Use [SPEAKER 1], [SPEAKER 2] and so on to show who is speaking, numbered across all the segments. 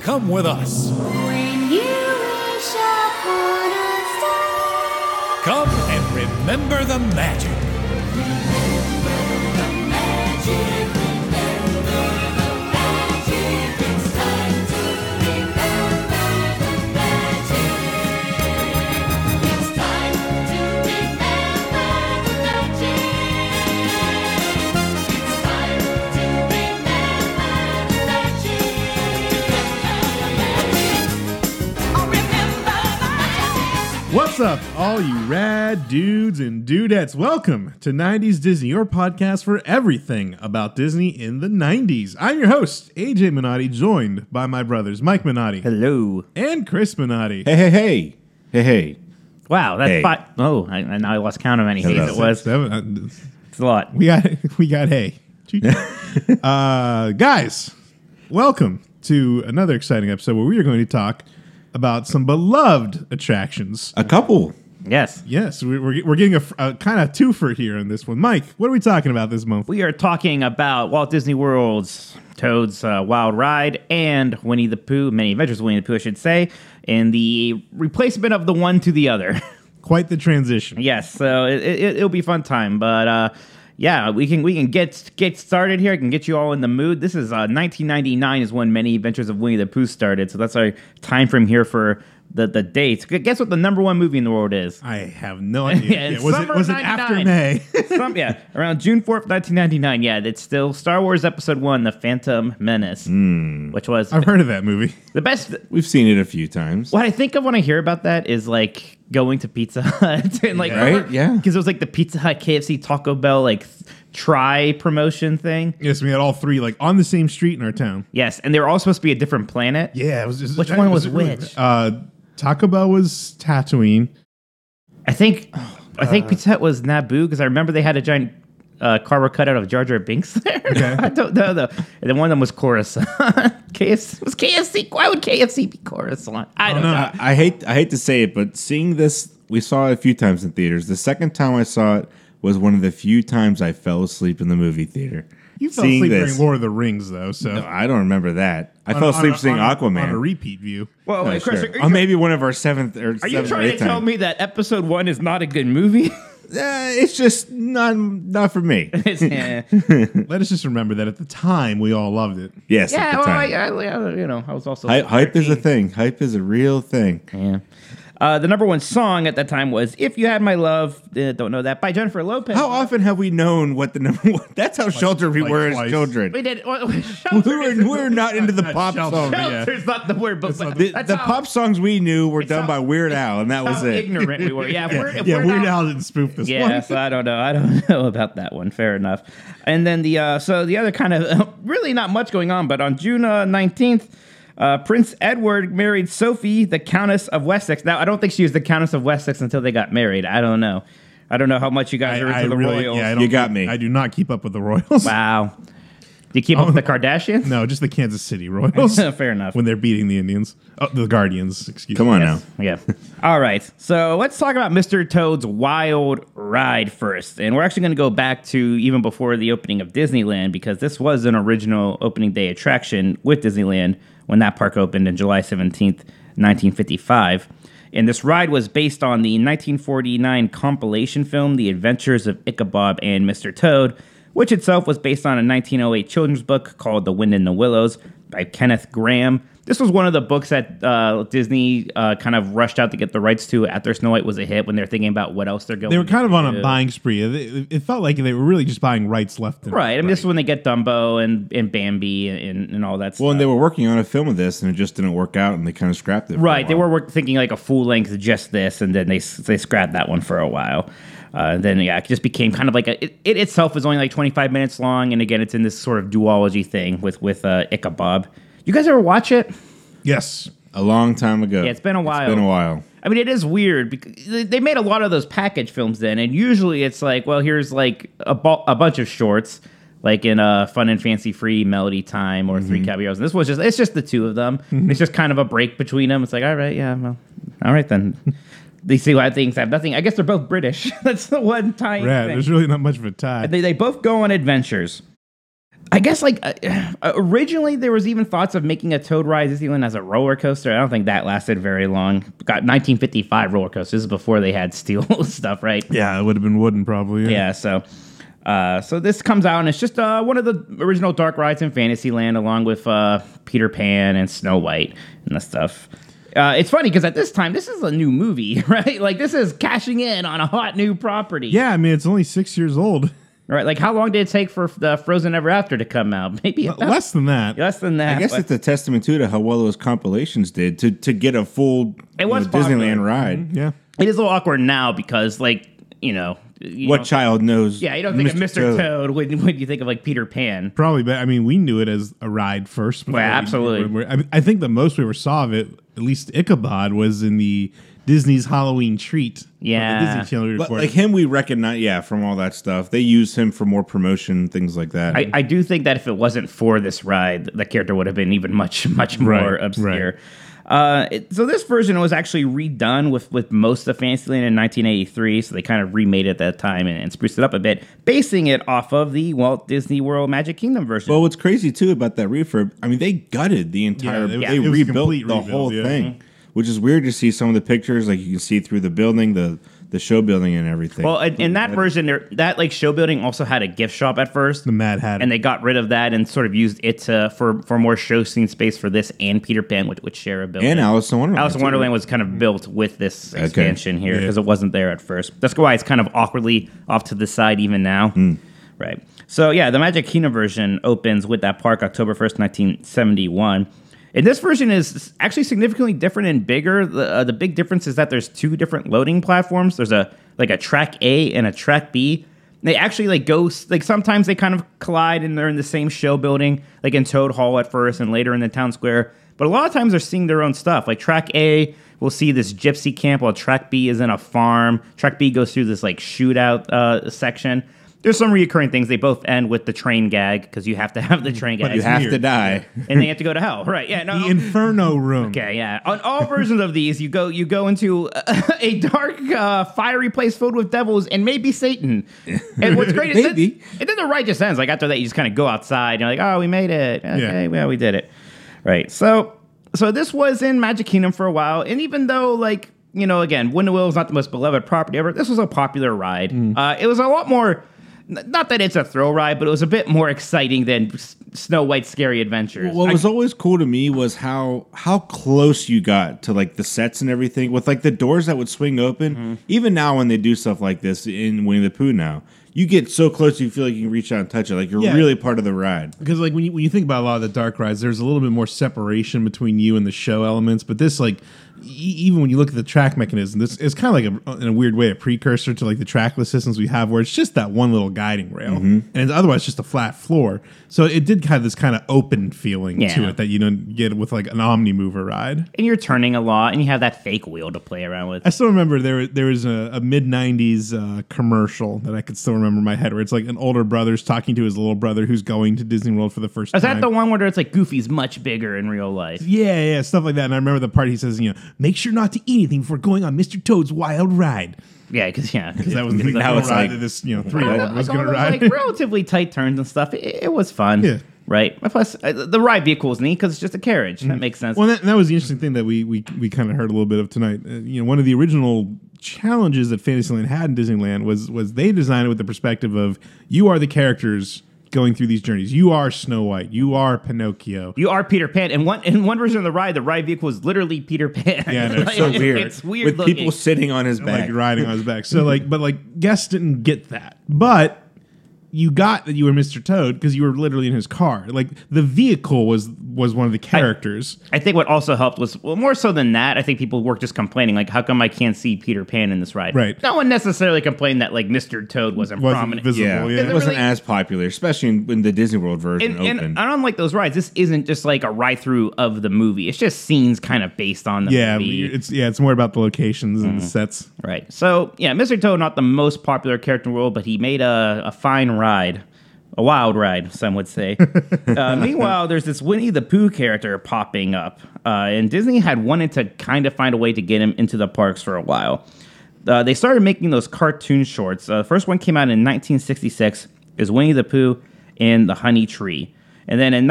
[SPEAKER 1] Come with us.
[SPEAKER 2] When you wish upon a star,
[SPEAKER 1] Come and remember the magic.
[SPEAKER 2] magic, remember the magic. It's time to remember the magic. It's time to remember the magic. It's time to remember the magic. Oh, remember the magic.
[SPEAKER 3] What's up, all you rad dudes and dudettes? Welcome to 90s Disney, your podcast for everything about Disney in the 90s. I'm your host, AJ Minotti, joined by my brothers, Mike Minotti
[SPEAKER 4] Hello.
[SPEAKER 3] and Chris Minotti.
[SPEAKER 5] Hey, hey, hey. Hey, hey.
[SPEAKER 4] Wow, that's
[SPEAKER 5] Hey.
[SPEAKER 4] five. Oh, I, I now I lost count of many days
[SPEAKER 5] Hello.
[SPEAKER 4] it was.
[SPEAKER 3] Seven, uh,
[SPEAKER 4] It's a lot.
[SPEAKER 3] we got we got hey. uh, guys, welcome to another exciting episode where we are going to talk about some beloved attractions.
[SPEAKER 5] A couple.
[SPEAKER 4] Yes.
[SPEAKER 3] Yes, we, we're, we're getting a, a kind of twofer here on this one. Mike, what are we talking about this month?
[SPEAKER 4] We are talking about Walt Disney World's Toad's uh, Wild Ride and Winnie the Pooh, Many Adventures of Winnie the Pooh, I should say, and the replacement of the one to the other.
[SPEAKER 3] Quite the transition.
[SPEAKER 4] yes, so it, it, it'll be a fun time, but uh, yeah, we can we can get get started here. I can get you all in the mood. This is uh, 1999 is when Many Adventures of Winnie the Pooh started, so that's our time frame here for the the dates. Gu- Guess what the number one movie in the world is?
[SPEAKER 3] I have no idea.
[SPEAKER 4] Yeah,
[SPEAKER 3] Yeah,
[SPEAKER 4] it's
[SPEAKER 3] was it
[SPEAKER 4] summer
[SPEAKER 3] was it
[SPEAKER 4] 99.
[SPEAKER 3] after May?
[SPEAKER 4] Some, yeah, around June 4th, 1999. Yeah, it's still Star Wars Episode 1, The Phantom Menace,
[SPEAKER 5] Hmm.
[SPEAKER 4] which was
[SPEAKER 3] I've heard of that movie.
[SPEAKER 4] the best.
[SPEAKER 5] We've seen it a few times.
[SPEAKER 4] What I think of when I hear about that is like going to Pizza Hut and like,
[SPEAKER 5] Right? Yeah.
[SPEAKER 4] Because it was like the Pizza Hut, KFC, Taco Bell, like th- try promotion thing.
[SPEAKER 3] Yes, we had all three like on the same street in our town.
[SPEAKER 4] Yes, and they were all supposed to be a different planet.
[SPEAKER 3] Yeah, it was just,
[SPEAKER 4] Which
[SPEAKER 3] that
[SPEAKER 4] one was
[SPEAKER 3] really-
[SPEAKER 4] which?
[SPEAKER 3] Uh, Taco Bell was Tatooine.
[SPEAKER 4] I think I think Pizza Hut was Naboo because I remember they had a giant uh, cardboard cutout of Jar Jar Binks there.
[SPEAKER 3] Okay.
[SPEAKER 4] I don't know though. And then one of them was Coruscant. KFC was KFC. Why would KFC be Coruscant? I don't
[SPEAKER 3] no.
[SPEAKER 4] know.
[SPEAKER 5] I, I hate I hate to say it, but seeing this, we saw it a few times in theaters. The second time I saw it was one of the few times I fell asleep in the movie theater.
[SPEAKER 3] You fell
[SPEAKER 5] Seeing
[SPEAKER 3] asleep
[SPEAKER 5] this-
[SPEAKER 3] during Lord of the Rings though, so
[SPEAKER 5] No, I don't remember that. I
[SPEAKER 3] On-
[SPEAKER 5] fell
[SPEAKER 3] on
[SPEAKER 5] asleep
[SPEAKER 3] a-
[SPEAKER 5] seeing
[SPEAKER 3] on a-
[SPEAKER 5] Aquaman.
[SPEAKER 3] on a repeat view.
[SPEAKER 4] Well,
[SPEAKER 5] Oh,
[SPEAKER 4] wait, Chris,
[SPEAKER 5] sure.
[SPEAKER 4] are you,
[SPEAKER 5] Or maybe one of our seventh or
[SPEAKER 4] are you
[SPEAKER 5] seventh or
[SPEAKER 4] trying to
[SPEAKER 5] eighth time.
[SPEAKER 4] tell me that episode one is not a good movie?
[SPEAKER 5] Uh, it's just not not for me.
[SPEAKER 4] It's- eh. yeah,
[SPEAKER 3] Let us just remember that at the time we all loved it.
[SPEAKER 5] Yes. at
[SPEAKER 4] yeah
[SPEAKER 5] the
[SPEAKER 4] well, I, uh,
[SPEAKER 5] time.
[SPEAKER 4] I, I- you know, I was also
[SPEAKER 5] Hy- hype is a
[SPEAKER 4] 13.
[SPEAKER 5] thing. Hype is a real thing.
[SPEAKER 4] Yeah. Uh, the number one song at that time was "If You Had My Love." Uh, don't know that by Jennifer Lopez.
[SPEAKER 5] How often have we known what the number one? That's how sheltered we
[SPEAKER 3] like
[SPEAKER 5] were
[SPEAKER 3] twice.
[SPEAKER 5] as children.
[SPEAKER 4] we did. Well,
[SPEAKER 5] We were, we were not into the
[SPEAKER 3] Not
[SPEAKER 5] pop
[SPEAKER 3] sheltered.
[SPEAKER 5] song.
[SPEAKER 3] Yeah.
[SPEAKER 4] Shelter's not the word, but but
[SPEAKER 5] The,
[SPEAKER 4] that's
[SPEAKER 5] the
[SPEAKER 4] how-
[SPEAKER 5] pop songs we knew were
[SPEAKER 4] It's
[SPEAKER 5] done
[SPEAKER 4] how-
[SPEAKER 5] by Weird Al, and that was
[SPEAKER 4] how
[SPEAKER 5] it.
[SPEAKER 4] ignorant we were. Yeah, if we're, if
[SPEAKER 3] yeah,
[SPEAKER 4] we're
[SPEAKER 3] Weird
[SPEAKER 4] not-
[SPEAKER 3] Al didn't spoof this
[SPEAKER 4] Yeah,
[SPEAKER 3] one.
[SPEAKER 4] so I don't know. I don't know about that one. Fair enough. And then the uh, so the other kind of really not much going on, but on June nineteenth. Uh, Prince Edward married Sophie, the Countess of Wessex. Now, I don't think she was the Countess of Wessex until they got married. I don't know. I don't know how much you guys
[SPEAKER 3] I,
[SPEAKER 4] are into
[SPEAKER 3] I
[SPEAKER 4] the
[SPEAKER 3] really,
[SPEAKER 4] royals.
[SPEAKER 3] yeah, I don't,
[SPEAKER 5] You got me.
[SPEAKER 3] I do not keep up with the Royals.
[SPEAKER 4] wow. Do you keep up with the Kardashians?
[SPEAKER 3] Oh. No, just the Kansas City Royals.
[SPEAKER 4] Fair enough.
[SPEAKER 3] When they're beating the Indians, oh, the Guardians. Excuse
[SPEAKER 5] Come
[SPEAKER 3] me.
[SPEAKER 5] on now.
[SPEAKER 4] Yeah. All right. So let's talk about Mr. Toad's Wild Ride first. And we're actually going to go back to even before the opening of Disneyland because this was an original opening day attraction with Disneyland when that park opened on July 17th, 1955. And this ride was based on the 1949 compilation film, The Adventures of Ichabod and Mr. Toad, which itself was based on a 1908 children's book called The Wind in the Willows by Kenneth Graham. This was one of the books that uh, Disney uh, kind of rushed out to get the rights to after Snow White was a hit when they're thinking about what else they're going
[SPEAKER 3] They were kind of on
[SPEAKER 4] to
[SPEAKER 3] a buying spree. It, it felt like they were really just buying rights left and
[SPEAKER 4] Right. I mean, this is when they get Dumbo and, and Bambi and, and all that stuff.
[SPEAKER 5] Well, and they were working on a film of this, and it just didn't work out, and they kind of scrapped it. for a
[SPEAKER 4] Right, they
[SPEAKER 5] while.
[SPEAKER 4] were work- thinking like a full length just this, and then they s- they scrapped that one for a while. Uh, then yeah, it just became kind of like a, it, it itself was only like 25 minutes long, and again, it's in this sort of duology thing with with uh, Ichabod. You guys ever watch it?
[SPEAKER 3] Yes.
[SPEAKER 5] a long time ago.
[SPEAKER 4] Yeah, it's been a while.
[SPEAKER 5] It's been a while.
[SPEAKER 4] I mean, it is weird because they- they made a lot of those package films then, and usually it's like, well, here's like a, bu- a bunch of shorts, like in uh, Fun and Fancy Free, Melody Time, or Three Caballeros. And this was just, it's just the two of them. It's just kind of a break between them. It's like, all right, yeah, well, all right then. These two, I think, have nothing. I guess they're both British. That's the one tying
[SPEAKER 3] Yeah,
[SPEAKER 4] thing.
[SPEAKER 3] there's really not much of a tie.
[SPEAKER 4] They, they both go on adventures. I guess like uh, originally there was even thoughts of making a Toad Ride at Disneyland as a roller coaster. I don't think that lasted very long. Got 1955 roller coasters This is before they had steel stuff, right?
[SPEAKER 3] Yeah, it would have been wooden probably.
[SPEAKER 4] Yeah, so uh, so this comes out and it's just uh, one of the original dark rides in Fantasyland, along with uh, Peter Pan and Snow White and the stuff. Uh, it's funny because at this time, this is a new movie, right? Like this is cashing in on a hot new property.
[SPEAKER 3] Yeah, I mean it's only six years old.
[SPEAKER 4] Right. Like how long did it take for the Frozen Ever After to come out? Maybe about-
[SPEAKER 3] Less than that.
[SPEAKER 4] less than that.
[SPEAKER 5] I guess
[SPEAKER 4] but-
[SPEAKER 5] it's a testament too to how well those compilations did to to get a full
[SPEAKER 4] It was popular. Mm-hmm.
[SPEAKER 5] Disneyland ride.
[SPEAKER 3] Yeah.
[SPEAKER 4] it is a little awkward now because, like, you know, you
[SPEAKER 5] What
[SPEAKER 4] don't-
[SPEAKER 5] child knows?
[SPEAKER 4] yeah, you don't think of Mr. Toad, when, when you think of like Peter Pan.
[SPEAKER 3] Probably, but I mean, we knew it as a ride first. before we-
[SPEAKER 4] absolutely.
[SPEAKER 3] we- we- I, mean, I think the most we ever saw of it, at least Ichabod, was in the Disney's Halloween Treat.
[SPEAKER 4] Yeah.
[SPEAKER 3] the Disney Channel
[SPEAKER 5] But
[SPEAKER 3] report.
[SPEAKER 5] like him, we recognize. Yeah, from all that stuff, they use him for more promotion, things like that.
[SPEAKER 4] I, I do think that if it wasn't for this ride, the character would have been even much, much more
[SPEAKER 3] Right,
[SPEAKER 4] obscure. Uh, it- so this version was actually redone with, with most of Fantasyland in 1983. So they kind of remade it at that time and, and spruced it up a bit, basing it off of the Walt Disney World Magic Kingdom version.
[SPEAKER 5] well, what's crazy too about that refurb? I mean, they gutted the entire.
[SPEAKER 3] Yeah, it-
[SPEAKER 5] they
[SPEAKER 3] it was a
[SPEAKER 5] rebuilt the
[SPEAKER 3] complete rebuild,
[SPEAKER 5] whole
[SPEAKER 3] yeah. Mm-hmm.
[SPEAKER 5] thing, which is weird to see some of the pictures. Like you can see through the building, the the show building, and everything.
[SPEAKER 4] Well, in, in that version, there, that like show building also had a gift shop at first,
[SPEAKER 3] the Mad Hatter.
[SPEAKER 4] and they got rid of that and sort of used it to, for for more show scene space for this and Peter Pan, which which share a building.
[SPEAKER 5] and Alice in Wonderland.
[SPEAKER 4] Alice in
[SPEAKER 5] too.
[SPEAKER 4] Wonderland was kind of built with this expansion here because it wasn't there at first. That's why it's kind of awkwardly off to the side even now. Right. So, yeah, the Magic Kingdom version opens with that park October 1st, 1971. And this version is actually significantly different and bigger. The, uh, the big difference is that there's two different loading platforms. There's a like a track A and a track B. They actually like go s- like sometimes they kind of collide and they're in the same show building, like in Toad Hall at first and later in the town square. But a lot of times they're seeing their own stuff. Like track A will see this gypsy camp while track B is in a farm. Track B goes through this like shootout uh, section. There's some reoccurring things. They both end with the train gag because you have to have the train gag.
[SPEAKER 5] Mm. You have to
[SPEAKER 3] Weird.
[SPEAKER 5] die.
[SPEAKER 4] and they have to go to hell. Right. Yeah. No.
[SPEAKER 3] the Inferno Room.
[SPEAKER 4] Okay, yeah. On all versions of these, you go you go into a, dark, uh, fiery place filled with devils and maybe Satan. And what's great is
[SPEAKER 5] Maybe.
[SPEAKER 4] That, and then the ride just ends. Like after that, you just kind of go outside. And you're like, oh, we made it. Okay,
[SPEAKER 3] Yeah.
[SPEAKER 4] well, we did it. Right. So, so this was in Magic Kingdom for a while, and even though like. You know, again, Windowhill is not the most beloved property ever. This was a popular ride. Uh, it was a lot more, n- not that it's a thrill ride, but it was a bit more exciting than S- Snow White's Scary Adventures.
[SPEAKER 5] What was always cool to me was how how close you got to like the sets and everything with like the doors that would swing open.
[SPEAKER 3] Mm-hmm.
[SPEAKER 5] Even now, when they do stuff like this in Winnie the Pooh, now you get so close you feel like you can reach out and touch it. Like you're
[SPEAKER 3] Yeah.
[SPEAKER 5] really part of the ride.
[SPEAKER 3] because like when you, when you think about a lot of the dark rides there's a little bit more separation between you and the show elements but this like e- even when you look at the track mechanism this is kind of like a, in a weird way a precursor to like the trackless systems we have where it's just that one little guiding rail
[SPEAKER 4] Mm-hmm.
[SPEAKER 3] and it's otherwise just a flat floor so it did have this kind of open feeling to
[SPEAKER 4] Yeah.
[SPEAKER 3] it that you don't get with like an omnimover ride
[SPEAKER 4] and you're turning a lot and you have that fake wheel to play around with.
[SPEAKER 3] I still remember there there was a, a mid '90s uh, commercial that I could still remember in my head, where it's like an older brother's talking to his little brother who's going to Disney World for the first
[SPEAKER 4] Is
[SPEAKER 3] time.
[SPEAKER 4] that the one where it's like Goofy's much bigger in real life?
[SPEAKER 3] Yeah, yeah, stuff like that. And I remember the part he says, you know, make sure not to eat anything before going on Mr. Toad's wild ride.
[SPEAKER 4] Yeah, because yeah,
[SPEAKER 3] 'Cause that was the
[SPEAKER 5] Now
[SPEAKER 3] now
[SPEAKER 5] it's
[SPEAKER 3] ride
[SPEAKER 5] like-
[SPEAKER 3] that this, you know, three year old was
[SPEAKER 4] It's all
[SPEAKER 3] going to
[SPEAKER 4] those,
[SPEAKER 3] ride.
[SPEAKER 4] like relatively tight turns and stuff. It, it was fun,
[SPEAKER 3] Yeah.
[SPEAKER 4] right? And Plus, uh, the ride vehicle is neat because it's just a carriage. That makes sense.
[SPEAKER 3] Mm-hmm. well, that, that was the interesting thing that we we, we kind of heard a little bit of tonight. Uh, you know, one of the original challenges that Fantasyland had in Disneyland was was they designed it with the perspective of you are the characters going through these journeys. You are Snow White. You are Pinocchio.
[SPEAKER 4] you are Peter Pan, and one in one version of the ride, the ride vehicle is literally Peter Pan.
[SPEAKER 3] Yeah, I know, it's
[SPEAKER 4] Like,
[SPEAKER 5] So
[SPEAKER 4] it-
[SPEAKER 5] weird.
[SPEAKER 4] It's weird
[SPEAKER 5] with
[SPEAKER 4] looking.
[SPEAKER 5] people sitting on his
[SPEAKER 3] like
[SPEAKER 5] back.
[SPEAKER 3] riding on his back. So like, but like guests didn't get that, but you got that you were Mr. Toad because you were literally in his car. Like the vehicle was was one of the characters.
[SPEAKER 4] I think what also helped was well, more so than that, I think people were just complaining like, how come I can't see Peter Pan in this ride?
[SPEAKER 3] Right.
[SPEAKER 4] No one necessarily complained that like Mr. Toad wasn't,
[SPEAKER 3] wasn't
[SPEAKER 4] prominent.
[SPEAKER 3] visible.
[SPEAKER 5] Yeah,
[SPEAKER 3] Yeah.
[SPEAKER 5] it wasn't
[SPEAKER 4] Really-
[SPEAKER 5] as popular, especially in, when the Disney World version
[SPEAKER 4] and,
[SPEAKER 5] opened.
[SPEAKER 4] and I don't like those rides. This isn't just like a ride through of the movie. It's just scenes kind of based on the
[SPEAKER 3] Yeah,
[SPEAKER 4] movie.
[SPEAKER 3] it's yeah, it's more about the locations
[SPEAKER 4] Mm-hmm.
[SPEAKER 3] and the sets.
[SPEAKER 4] right. So yeah, Mr. Toad not the most popular character in the world, but he made a, a fine ride. A wild ride, some would say. uh, meanwhile, there's this Winnie the Pooh character popping up, uh, and Disney had wanted to kind of find a way to get him into the parks for a while. Uh, they started making those cartoon shorts. Uh, the first one came out in 1966. Is Winnie the Pooh in the Honey Tree. And then in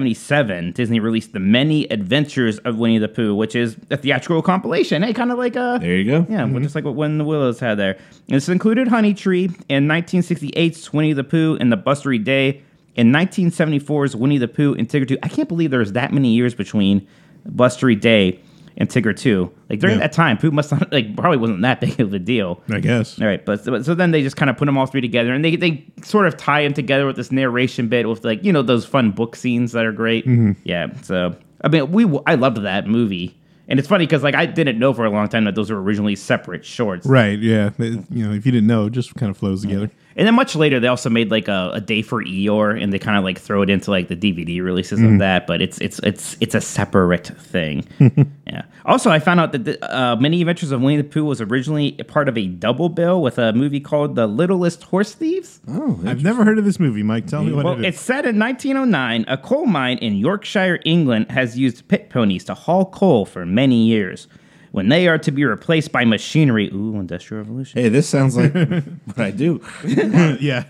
[SPEAKER 4] 1977, Disney released The Many Adventures of Winnie the Pooh, which is a theatrical compilation. Hey, kind of like a.
[SPEAKER 5] There you go.
[SPEAKER 4] Yeah, well, just like what When the Willows had there. And this included Honey Tree in 1968's Winnie the Pooh and the Bustery Day, in 1974's Winnie the Pooh and Tigger 2. I can't believe there's that many years between Bustery Day and Tigger 2. Like during
[SPEAKER 3] Yeah.
[SPEAKER 4] that time, Pooh must not, like, probably wasn't that big of a deal.
[SPEAKER 3] I guess.
[SPEAKER 4] All right, but so, so then they just kind of put them all three together, and they they sort of tie them together with this narration bit with like you know those fun book scenes that are great. Yeah, so I mean we I loved that movie, and it's funny because like I didn't know for a long time that those were originally separate shorts.
[SPEAKER 3] Right. Yeah. It- you know, if you didn't know, it just kind of flows together.
[SPEAKER 4] And then much later, they also made like a, a day for Eeyore, and they kind of like throw it into like the DVD releases of that. But it's it's it's it's a separate thing. yeah. Also, I found out that the, uh, Many Adventures of Winnie the Pooh was originally a part of a double bill with a movie called The Littlest Horse Thieves.
[SPEAKER 3] I've never heard of this movie, Mike. Tell me what
[SPEAKER 4] Well,
[SPEAKER 3] it
[SPEAKER 4] it's
[SPEAKER 3] is.
[SPEAKER 4] said in 1909, a coal mine in Yorkshire, England, has used pit ponies to haul coal for many years. When they are to be replaced by machinery, ooh, industrial revolution.
[SPEAKER 5] Hey, this sounds like what I do.
[SPEAKER 3] yeah.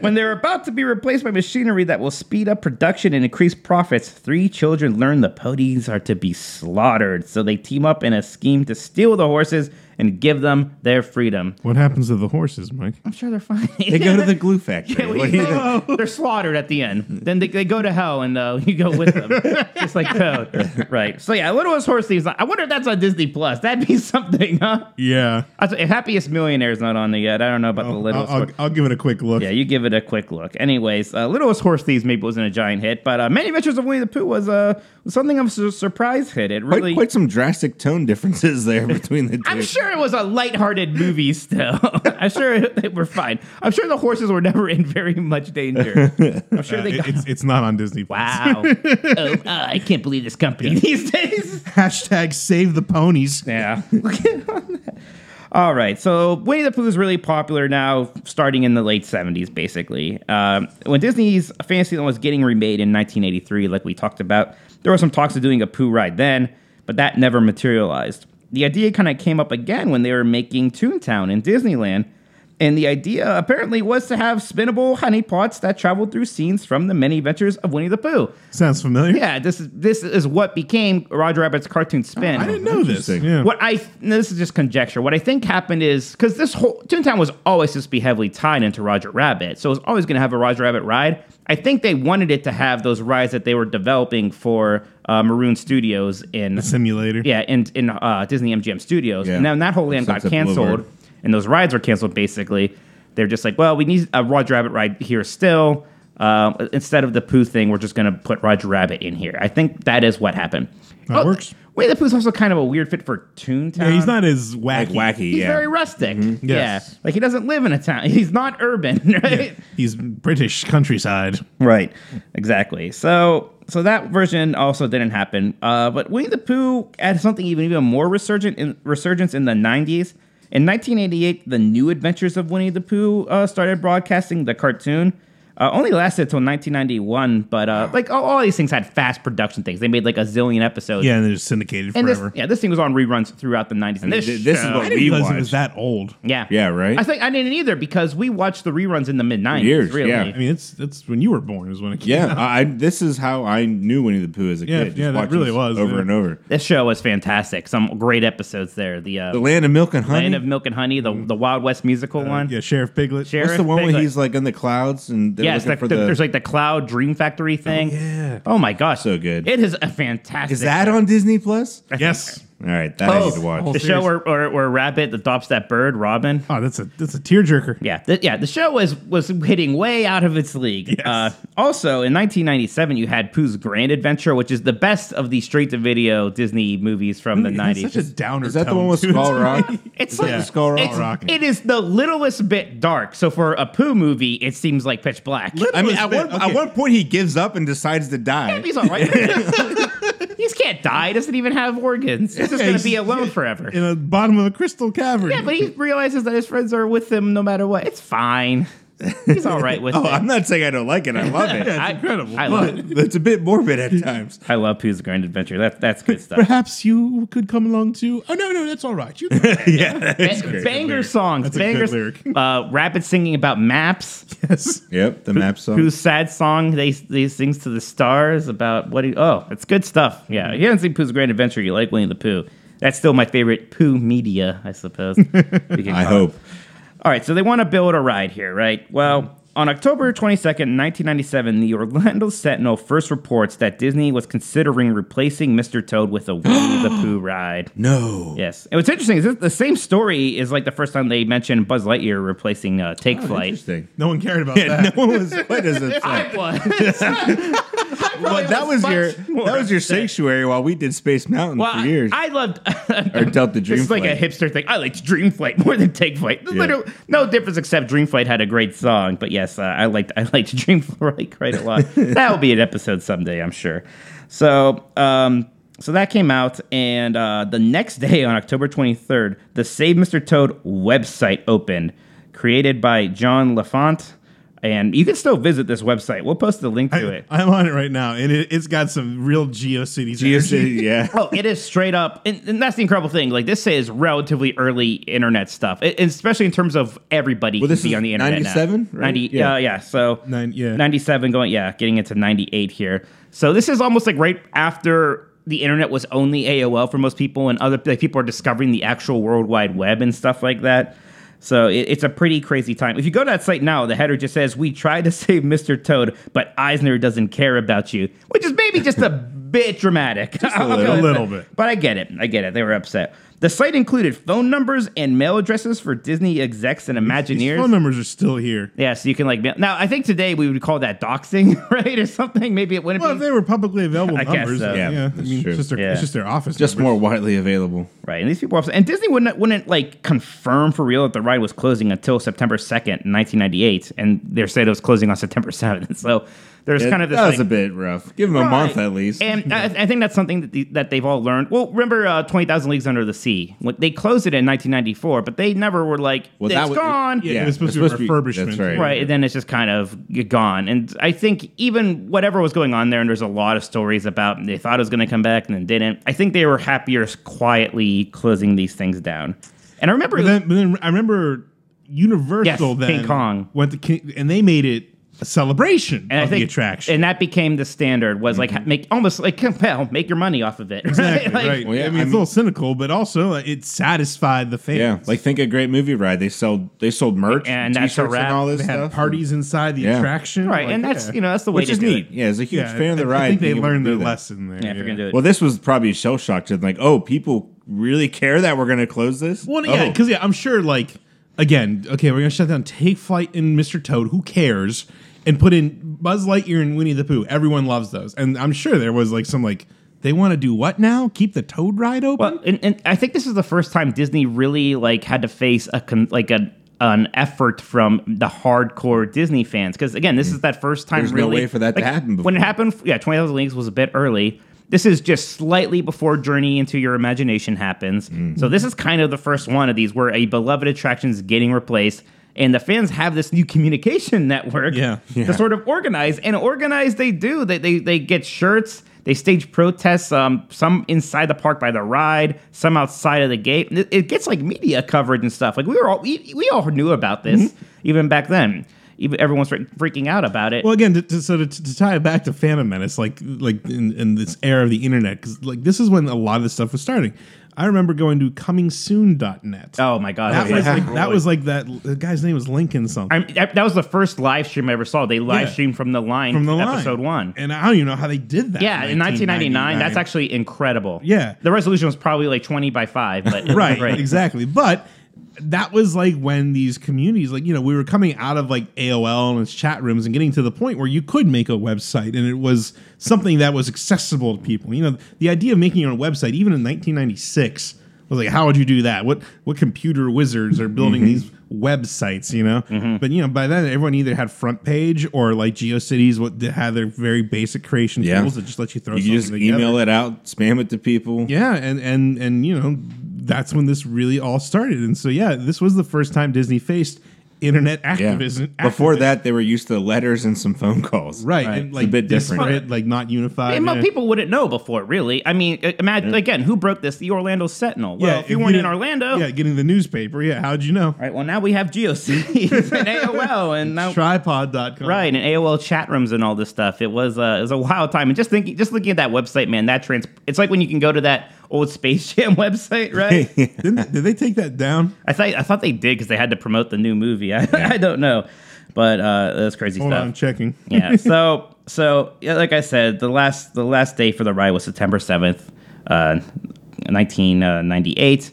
[SPEAKER 4] When they're about to be replaced by machinery that will speed up production and increase profits, three children learn the ponies are to be slaughtered. So they team up in a scheme to steal the horses and give them their freedom.
[SPEAKER 3] what happens to the horses, Mike?
[SPEAKER 4] I'm sure they're fine.
[SPEAKER 5] They go to the glue factory.
[SPEAKER 4] Yeah, Oh. what do you think? They're slaughtered at the end. Then they, they go to hell, and uh, you go with them, just like Toad. Right. So yeah, Little Horse Thieves. I wonder if that's on Disney Plus. That'd be something, huh?
[SPEAKER 3] Yeah.
[SPEAKER 4] I th- Happiest Millionaire's not on there yet. I don't know about the
[SPEAKER 3] I'll,
[SPEAKER 4] Littlest.
[SPEAKER 3] I'll,
[SPEAKER 4] Horse-
[SPEAKER 3] I'll give it a quick look.
[SPEAKER 4] yeah, you give it a quick look. Anyways, uh, Littlest Horse Thieves maybe wasn't a giant hit, but uh, Many Adventures of Winnie the Pooh was uh, was something of a su- surprise hit. It
[SPEAKER 5] Quite,
[SPEAKER 4] really.
[SPEAKER 5] quite some drastic tone differences there between the two.
[SPEAKER 4] I'm sure it was a lighthearted movie still. I'm sure they were fine. I'm sure the horses were never in very much danger. I'm sure
[SPEAKER 3] Uh,
[SPEAKER 4] they
[SPEAKER 3] It-
[SPEAKER 4] got
[SPEAKER 3] it's, it's not on Disney. Plus.
[SPEAKER 4] Wow. oh, uh, I can't believe this company these days.
[SPEAKER 3] Hashtag save the ponies.
[SPEAKER 4] Yeah. All right. So Winnie the Pooh is really popular now, starting in the late 70s, basically. Um, when Disney's Fantasyland was getting remade in 1983, like we talked about, there were some talks of doing a Pooh ride then, but that never materialized. The idea kind of came up again when they were making Toontown in Disneyland. And the idea apparently was to have spinnable honey pots that traveled through scenes from the many adventures of Winnie the Pooh.
[SPEAKER 3] Sounds familiar.
[SPEAKER 4] Yeah, this is this is what became Roger Rabbit's cartoon spin.
[SPEAKER 3] I didn't know this.
[SPEAKER 5] Interesting.
[SPEAKER 3] Yeah.
[SPEAKER 4] What I no, this is just conjecture. What I think happened is because this whole Toontown was always just be heavily tied into Roger Rabbit, so it was always going to have a Roger Rabbit ride. I think they wanted it to have those rides that they were developing for uh, Maroon Studios in
[SPEAKER 3] Simulator.
[SPEAKER 4] yeah in in uh, Disney MGM Studios,
[SPEAKER 5] Yeah.
[SPEAKER 4] and then that whole land got
[SPEAKER 5] Sunset
[SPEAKER 4] canceled,
[SPEAKER 5] Boulevard.
[SPEAKER 4] and those rides were canceled. Basically, they're just like, well, we need a Roger Rabbit ride here still. Uh, instead of the Pooh thing, we're just going to put Roger Rabbit in here. I think that is what happened.
[SPEAKER 3] That works.
[SPEAKER 4] Winnie the Pooh's also kind of a weird fit for Toontown.
[SPEAKER 3] Yeah, he's not as
[SPEAKER 5] Um, like
[SPEAKER 3] wacky.
[SPEAKER 5] wacky.
[SPEAKER 4] He's
[SPEAKER 5] yeah.
[SPEAKER 4] very rustic.
[SPEAKER 3] Yes.
[SPEAKER 4] Yeah, like he doesn't live in a town. He's not urban, right?
[SPEAKER 3] He's British countryside.
[SPEAKER 4] Right. Exactly. So so that version also didn't happen. Uh, but Winnie the Pooh had something even even more resurgent in, resurgence in the 90s. In 1988, the New Adventures of Winnie the Pooh uh, started broadcasting the cartoon. Uh, only lasted till 1991, but uh, like all, all these things had fast production things. They made like a zillion episodes.
[SPEAKER 3] Yeah, and they're just syndicated
[SPEAKER 4] And this,
[SPEAKER 3] forever.
[SPEAKER 4] yeah, this thing was on reruns throughout the 90s. And
[SPEAKER 5] mean,
[SPEAKER 4] this,
[SPEAKER 5] th- this is
[SPEAKER 4] show-
[SPEAKER 5] what
[SPEAKER 3] I didn't
[SPEAKER 5] We
[SPEAKER 3] realize it
[SPEAKER 5] watched.
[SPEAKER 3] was that old.
[SPEAKER 4] yeah.
[SPEAKER 5] Yeah, right?
[SPEAKER 4] I think I didn't either because we watched the reruns in the mid 90s.
[SPEAKER 5] Years,
[SPEAKER 4] really.
[SPEAKER 5] yeah.
[SPEAKER 3] I mean, it's that's when you were born is when it came
[SPEAKER 5] yeah,
[SPEAKER 3] out.
[SPEAKER 5] I, I- this is how I knew Winnie the Pooh as a
[SPEAKER 3] Yeah,
[SPEAKER 5] kid. Just
[SPEAKER 3] yeah, that
[SPEAKER 5] watching
[SPEAKER 3] really
[SPEAKER 5] this
[SPEAKER 3] was,
[SPEAKER 5] over
[SPEAKER 3] yeah.
[SPEAKER 5] and over.
[SPEAKER 4] This show was fantastic. Some great episodes there. The, uh,
[SPEAKER 5] The Land of Milk and Honey. Mm-hmm. Uh,
[SPEAKER 4] Land of Milk and Honey, the, the Wild West musical one.
[SPEAKER 3] Yeah, Sheriff Piglet.
[SPEAKER 4] Sheriff-
[SPEAKER 5] What's the one where
[SPEAKER 4] Piglet.
[SPEAKER 5] he's like in the clouds and they're
[SPEAKER 4] Yes,
[SPEAKER 5] looking
[SPEAKER 4] the-
[SPEAKER 5] for
[SPEAKER 4] the-
[SPEAKER 5] the?
[SPEAKER 4] there's like the Cloud Dream Factory thing.
[SPEAKER 3] yeah.
[SPEAKER 4] Oh my gosh,
[SPEAKER 5] So good.
[SPEAKER 4] It is a fantastic.
[SPEAKER 5] is that
[SPEAKER 4] show.
[SPEAKER 5] on Disney Plus?
[SPEAKER 3] Yes.
[SPEAKER 5] All right, that I need to watch.
[SPEAKER 3] oh,
[SPEAKER 4] the show where, where where Rabbit adopts that bird, Robin?
[SPEAKER 3] Oh, that's a that's a tearjerker.
[SPEAKER 4] Yeah, th- yeah. The show was was hitting way out of its league.
[SPEAKER 3] Yes.
[SPEAKER 4] Uh, also, in 1997, you had Pooh's Grand Adventure, which is the best of the straight-to-video Disney movies
[SPEAKER 5] Mm,
[SPEAKER 4] from the
[SPEAKER 3] It has
[SPEAKER 4] 90s.
[SPEAKER 3] Such a downer.
[SPEAKER 5] Is that the
[SPEAKER 3] tone
[SPEAKER 5] one with
[SPEAKER 3] to it.
[SPEAKER 5] Skull Rock?
[SPEAKER 4] It's
[SPEAKER 5] that
[SPEAKER 4] like
[SPEAKER 5] the Skull Rock?
[SPEAKER 4] it's-
[SPEAKER 3] Rock.
[SPEAKER 4] It is the littlest bit dark. So for a Pooh movie, it seems like pitch black.
[SPEAKER 5] I mean, at
[SPEAKER 3] Okay.
[SPEAKER 5] one, at one point he gives up and decides to die.
[SPEAKER 4] He's all right. he can't die. He doesn't even have organs. He's just
[SPEAKER 3] Yeah,
[SPEAKER 4] going
[SPEAKER 3] he's-
[SPEAKER 4] to be alone forever.
[SPEAKER 3] in the bottom of a crystal cavern.
[SPEAKER 4] Yeah, but he realizes that his friends are with him no matter what. It's fine. He's all right with
[SPEAKER 5] Oh,
[SPEAKER 4] it.
[SPEAKER 5] I'm not saying I don't like it. I love it.
[SPEAKER 4] I-
[SPEAKER 3] incredible.
[SPEAKER 4] I love,
[SPEAKER 5] but it's a bit morbid at times.
[SPEAKER 4] I love Pooh's Grand Adventure. That, that's good stuff.
[SPEAKER 3] Perhaps you could come along too. Oh no, no, that's all right. You
[SPEAKER 5] yeah, that's
[SPEAKER 4] Ba-
[SPEAKER 5] great.
[SPEAKER 4] banger songs.
[SPEAKER 3] That's a good
[SPEAKER 4] bangers.
[SPEAKER 3] lyric.
[SPEAKER 4] Uh, rapid singing about maps.
[SPEAKER 3] yes.
[SPEAKER 5] Yep, the map song.
[SPEAKER 4] Whose sad song they they sings to the stars about what he oh it's good stuff yeah if you haven't seen Pooh's Grand Adventure you like Winnie the Pooh that's still my favorite Pooh media I suppose we can
[SPEAKER 5] I
[SPEAKER 4] call it.
[SPEAKER 5] hope.
[SPEAKER 4] all right so they want to build a ride here right well on October 22nd 1997 the Orlando Sentinel first reports that Disney was considering replacing Mr. Toad with a Winnie the Pooh ride
[SPEAKER 5] No.
[SPEAKER 4] yes and what's interesting is that the same story is like the first time they mentioned Buzz Lightyear replacing uh, Take Flight
[SPEAKER 5] Oh, Interesting.
[SPEAKER 3] No one cared about
[SPEAKER 5] Yeah,
[SPEAKER 3] that.
[SPEAKER 5] no one was quite as upset.
[SPEAKER 4] I was
[SPEAKER 5] But that was
[SPEAKER 4] much
[SPEAKER 5] your
[SPEAKER 4] more
[SPEAKER 5] that was your sanctuary while we did Space Mountain
[SPEAKER 4] Well,
[SPEAKER 5] for years.
[SPEAKER 4] I, I loved.
[SPEAKER 5] or Delta Dream.
[SPEAKER 4] This is like a
[SPEAKER 5] Flight.
[SPEAKER 4] hipster thing. I liked Dream Flight more than Take Flight.
[SPEAKER 5] Yeah.
[SPEAKER 4] Literally, no difference except Dream Flight had a great song. But yes, uh, I liked I liked Dream Flight quite a lot. that will be an episode someday, I'm sure. So, um, so that came out, and uh, the next day on October 23rd, the Save Mr. Toad website opened, created by John LaFont. And you can still visit this website. We'll post the link to
[SPEAKER 3] I,
[SPEAKER 4] it.
[SPEAKER 3] am on it right now, and it, it's got some real GeoCities. energy.
[SPEAKER 5] GeoCity, yeah.
[SPEAKER 4] Oh, it is straight up, and, and that's the incredible thing. Like this is relatively early internet stuff, it, especially in terms of everybody
[SPEAKER 5] Well,
[SPEAKER 4] can
[SPEAKER 5] this
[SPEAKER 4] be
[SPEAKER 5] is
[SPEAKER 4] on the internet.
[SPEAKER 5] 97,
[SPEAKER 4] now.
[SPEAKER 5] right?
[SPEAKER 4] ninety, yeah,
[SPEAKER 5] Yeah.
[SPEAKER 4] uh, yeah. So
[SPEAKER 3] Nine- yeah.
[SPEAKER 4] ninety-seven, going, yeah, getting into ninety-eight here. So this is almost like right after the internet was only AOL for most people, and other like people are discovering the actual World Wide Web and stuff like that. So it, it's a pretty crazy time. If you go to that site now, the header just says, "We tried to save Mr. Toad, but Eisner doesn't care about you," which is maybe just a bit dramatic. I'll
[SPEAKER 5] little.
[SPEAKER 4] go with
[SPEAKER 3] A little
[SPEAKER 4] that.
[SPEAKER 3] bit.
[SPEAKER 4] But I get it. I get it. They were upset. The site included phone numbers and mail addresses for Disney execs and
[SPEAKER 3] These
[SPEAKER 4] Imagineers.
[SPEAKER 3] phone numbers are still here.
[SPEAKER 4] yeah, so you can like mail- now. I think today we would call that doxing, right, or something. Maybe it wouldn't
[SPEAKER 3] Well, if
[SPEAKER 4] be
[SPEAKER 3] they were publicly available
[SPEAKER 4] I guess
[SPEAKER 3] numbers,
[SPEAKER 4] so.
[SPEAKER 3] yeah,
[SPEAKER 5] Yeah,
[SPEAKER 3] I
[SPEAKER 5] that's
[SPEAKER 3] mean,
[SPEAKER 5] true.
[SPEAKER 3] it's just their,
[SPEAKER 4] Yeah.
[SPEAKER 3] it's just their office.
[SPEAKER 5] Just more
[SPEAKER 3] numbers.
[SPEAKER 5] widely available.
[SPEAKER 4] right. And these people were upset. And Disney wouldn't wouldn't like confirm for real that the ride was closing until September second, nineteen ninety eight, and they said it was closing on September seventh. So there's
[SPEAKER 5] It-
[SPEAKER 4] kind of this
[SPEAKER 5] that
[SPEAKER 4] like,
[SPEAKER 5] was a bit rough. Give him a month
[SPEAKER 4] Right.
[SPEAKER 5] at least.
[SPEAKER 4] And I, I think that's something that, the, that they've all learned. Well, remember uh, 20,000 Leagues Under the Sea? When- They closed it in 1994, but they never were like,
[SPEAKER 5] Well,
[SPEAKER 4] it's
[SPEAKER 5] that was-
[SPEAKER 4] gone.
[SPEAKER 3] Yeah, it was supposed
[SPEAKER 5] it's
[SPEAKER 3] to be
[SPEAKER 5] to
[SPEAKER 3] refurbishment.
[SPEAKER 5] That's right.
[SPEAKER 4] Right, and then it's just kind of gone. And I think even whatever was going on there, and there's a lot of stories about they thought it was going to come back and then didn't. I think they were happier quietly closing these things down. And I remember,
[SPEAKER 3] But then, but then I remember Universal
[SPEAKER 4] Yes,
[SPEAKER 3] then
[SPEAKER 4] King Kong.
[SPEAKER 3] went to King, and they made it a celebration
[SPEAKER 4] and
[SPEAKER 3] of
[SPEAKER 4] I think
[SPEAKER 3] the attraction.
[SPEAKER 4] and that became the standard was like ha-
[SPEAKER 5] Mm-hmm.
[SPEAKER 4] make almost like compel make your money off of it.
[SPEAKER 3] exactly
[SPEAKER 4] Like,
[SPEAKER 3] right.
[SPEAKER 5] Well, yeah,
[SPEAKER 3] I mean,
[SPEAKER 5] I
[SPEAKER 3] it's a little cynical, but also uh, it satisfied the fans.
[SPEAKER 5] Yeah, like think a great movie ride. They sold they sold merch
[SPEAKER 4] And
[SPEAKER 5] and
[SPEAKER 4] that's a
[SPEAKER 5] t-shirts
[SPEAKER 4] wrap.
[SPEAKER 5] and all this
[SPEAKER 3] they had
[SPEAKER 5] stuff.
[SPEAKER 3] parties inside the
[SPEAKER 5] Yeah.
[SPEAKER 3] attraction,
[SPEAKER 4] Right,
[SPEAKER 3] like,
[SPEAKER 4] and that's
[SPEAKER 3] yeah.
[SPEAKER 4] you know that's the way
[SPEAKER 5] which
[SPEAKER 4] to
[SPEAKER 5] is
[SPEAKER 4] do
[SPEAKER 5] neat.
[SPEAKER 4] It.
[SPEAKER 5] Yeah, as a huge
[SPEAKER 3] Yeah,
[SPEAKER 5] fan of the
[SPEAKER 3] I-
[SPEAKER 5] ride,
[SPEAKER 3] I think they
[SPEAKER 5] being able to
[SPEAKER 3] learned
[SPEAKER 5] do
[SPEAKER 3] their
[SPEAKER 5] that.
[SPEAKER 3] lesson there.
[SPEAKER 4] Yeah, if you're gonna do it.
[SPEAKER 5] Well, this was probably shell shocked. Like, oh, people really care that we're gonna close this.
[SPEAKER 3] Well, yeah,
[SPEAKER 5] Oh.
[SPEAKER 3] because yeah, I'm sure. Like again, okay, we're gonna shut down Take Flight and Mr. Toad. Who cares? And put in Buzz Lightyear and Winnie the Pooh. Everyone loves those, and I'm sure there was like some like they want to do what now? Keep the Toad ride open?
[SPEAKER 4] Well, and, and I think this is the first time Disney really like had to face a con- like an an effort from the hardcore Disney fans because again, this is that first time
[SPEAKER 5] Hmm. There's no
[SPEAKER 4] really
[SPEAKER 5] way for that to
[SPEAKER 4] like,
[SPEAKER 5] happen
[SPEAKER 4] When it
[SPEAKER 5] before.
[SPEAKER 4] happened, yeah, Twenty Thousand Leagues was a bit early. This is just slightly before Journey into Your Imagination happens.
[SPEAKER 5] Hmm.
[SPEAKER 4] So this is kind of the first one of these where a beloved attraction is getting replaced. And the fans have this new communication network
[SPEAKER 3] Yeah.
[SPEAKER 4] to sort of organize. And organize they do. They they, they get shirts. They stage protests. Um, some inside the park by the ride. Some outside of the gate. And It, it gets like media coverage and stuff. Like we were all we, we all knew about this
[SPEAKER 3] Mm-hmm.
[SPEAKER 4] even back then. Even everyone's freak- freaking out about it.
[SPEAKER 3] Well, again, to, to, so to, to tie it back to Phantom Menace, like like in, in this era of the internet, because like this is when a lot of this stuff was starting. I remember going to comingsoon.net.
[SPEAKER 4] oh my god!
[SPEAKER 3] that
[SPEAKER 4] yeah.
[SPEAKER 3] was like that was like that the guy's name was Lincoln something.
[SPEAKER 4] I'm, that, that was the first live stream I ever saw. They live
[SPEAKER 3] Yeah.
[SPEAKER 4] streamed from the line
[SPEAKER 3] from the line.
[SPEAKER 4] episode one.
[SPEAKER 3] and I don't even know how they did that.
[SPEAKER 4] yeah, in 1999, that's
[SPEAKER 3] 1999.
[SPEAKER 4] actually incredible.
[SPEAKER 3] Yeah.
[SPEAKER 4] the resolution was probably like 20 by five, but it was
[SPEAKER 3] right,
[SPEAKER 4] great.
[SPEAKER 3] exactly. But that was like when these communities, like you know, we were coming out of like AOL and its chat rooms and getting to the point where you could make a website and it was something that was accessible to people. You know, the idea of making your own website, even in 1996, was like, how would you do that? What what computer wizards are building
[SPEAKER 5] Mm-hmm.
[SPEAKER 3] these websites? You know, but you know, by then everyone either had front page or like GeoCities, what had their very basic creation
[SPEAKER 5] Yeah.
[SPEAKER 3] tools that just let you throw.
[SPEAKER 5] you
[SPEAKER 3] something
[SPEAKER 5] could just
[SPEAKER 3] together.
[SPEAKER 5] email it out, spam it to people.
[SPEAKER 3] Yeah, and and and you know that's when this really all started. And so yeah, this was the first time Disney faced internet
[SPEAKER 5] Yeah.
[SPEAKER 3] activism.
[SPEAKER 5] Before
[SPEAKER 3] activists.
[SPEAKER 5] that, they were used to letters and some phone calls.
[SPEAKER 3] right?
[SPEAKER 4] Right.
[SPEAKER 3] And
[SPEAKER 4] It's
[SPEAKER 3] like
[SPEAKER 5] a bit different.
[SPEAKER 3] disparate, like not unified.
[SPEAKER 4] And mo-
[SPEAKER 3] yeah.
[SPEAKER 4] people wouldn't know before, really. I mean, i- imagine again who broke this? The Orlando Sentinel. Well, if you weren't in
[SPEAKER 3] didn't-
[SPEAKER 4] Orlando,
[SPEAKER 3] yeah, getting the newspaper. Yeah, how'd you know?
[SPEAKER 4] all right. Well, now we have GeoCities and AOL, and now
[SPEAKER 3] Tripod.com.
[SPEAKER 4] right and AOL chat rooms and all this stuff. It was uh, it was a wild time. And just thinking, just looking at that website, man, that trans. It's like when you can go to that old Space Jam website, right?
[SPEAKER 3] Didn't, did they take that down?
[SPEAKER 4] I thought I thought they did because they had to promote the new movie. I, I don't know, but uh, that's crazy
[SPEAKER 3] Hold
[SPEAKER 4] stuff.
[SPEAKER 3] on, I'm checking.
[SPEAKER 4] yeah. So so yeah, like I said, the last the last day for the ride was September seventh, uh, nineteen ninety eight.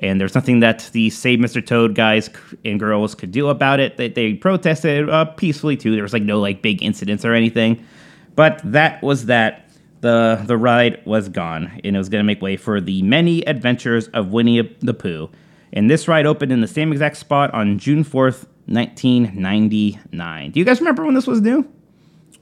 [SPEAKER 4] And there's nothing that the Save Mr. Toad guys c- and girls could do about it. They, they protested uh, peacefully too. There was like no like big incidents or anything. But that was that. The the ride was gone, and it was going to make way for the many adventures of Winnie the Pooh. And this ride opened in the same exact spot on June fourth, nineteen ninety nine. Do you guys remember when this was new?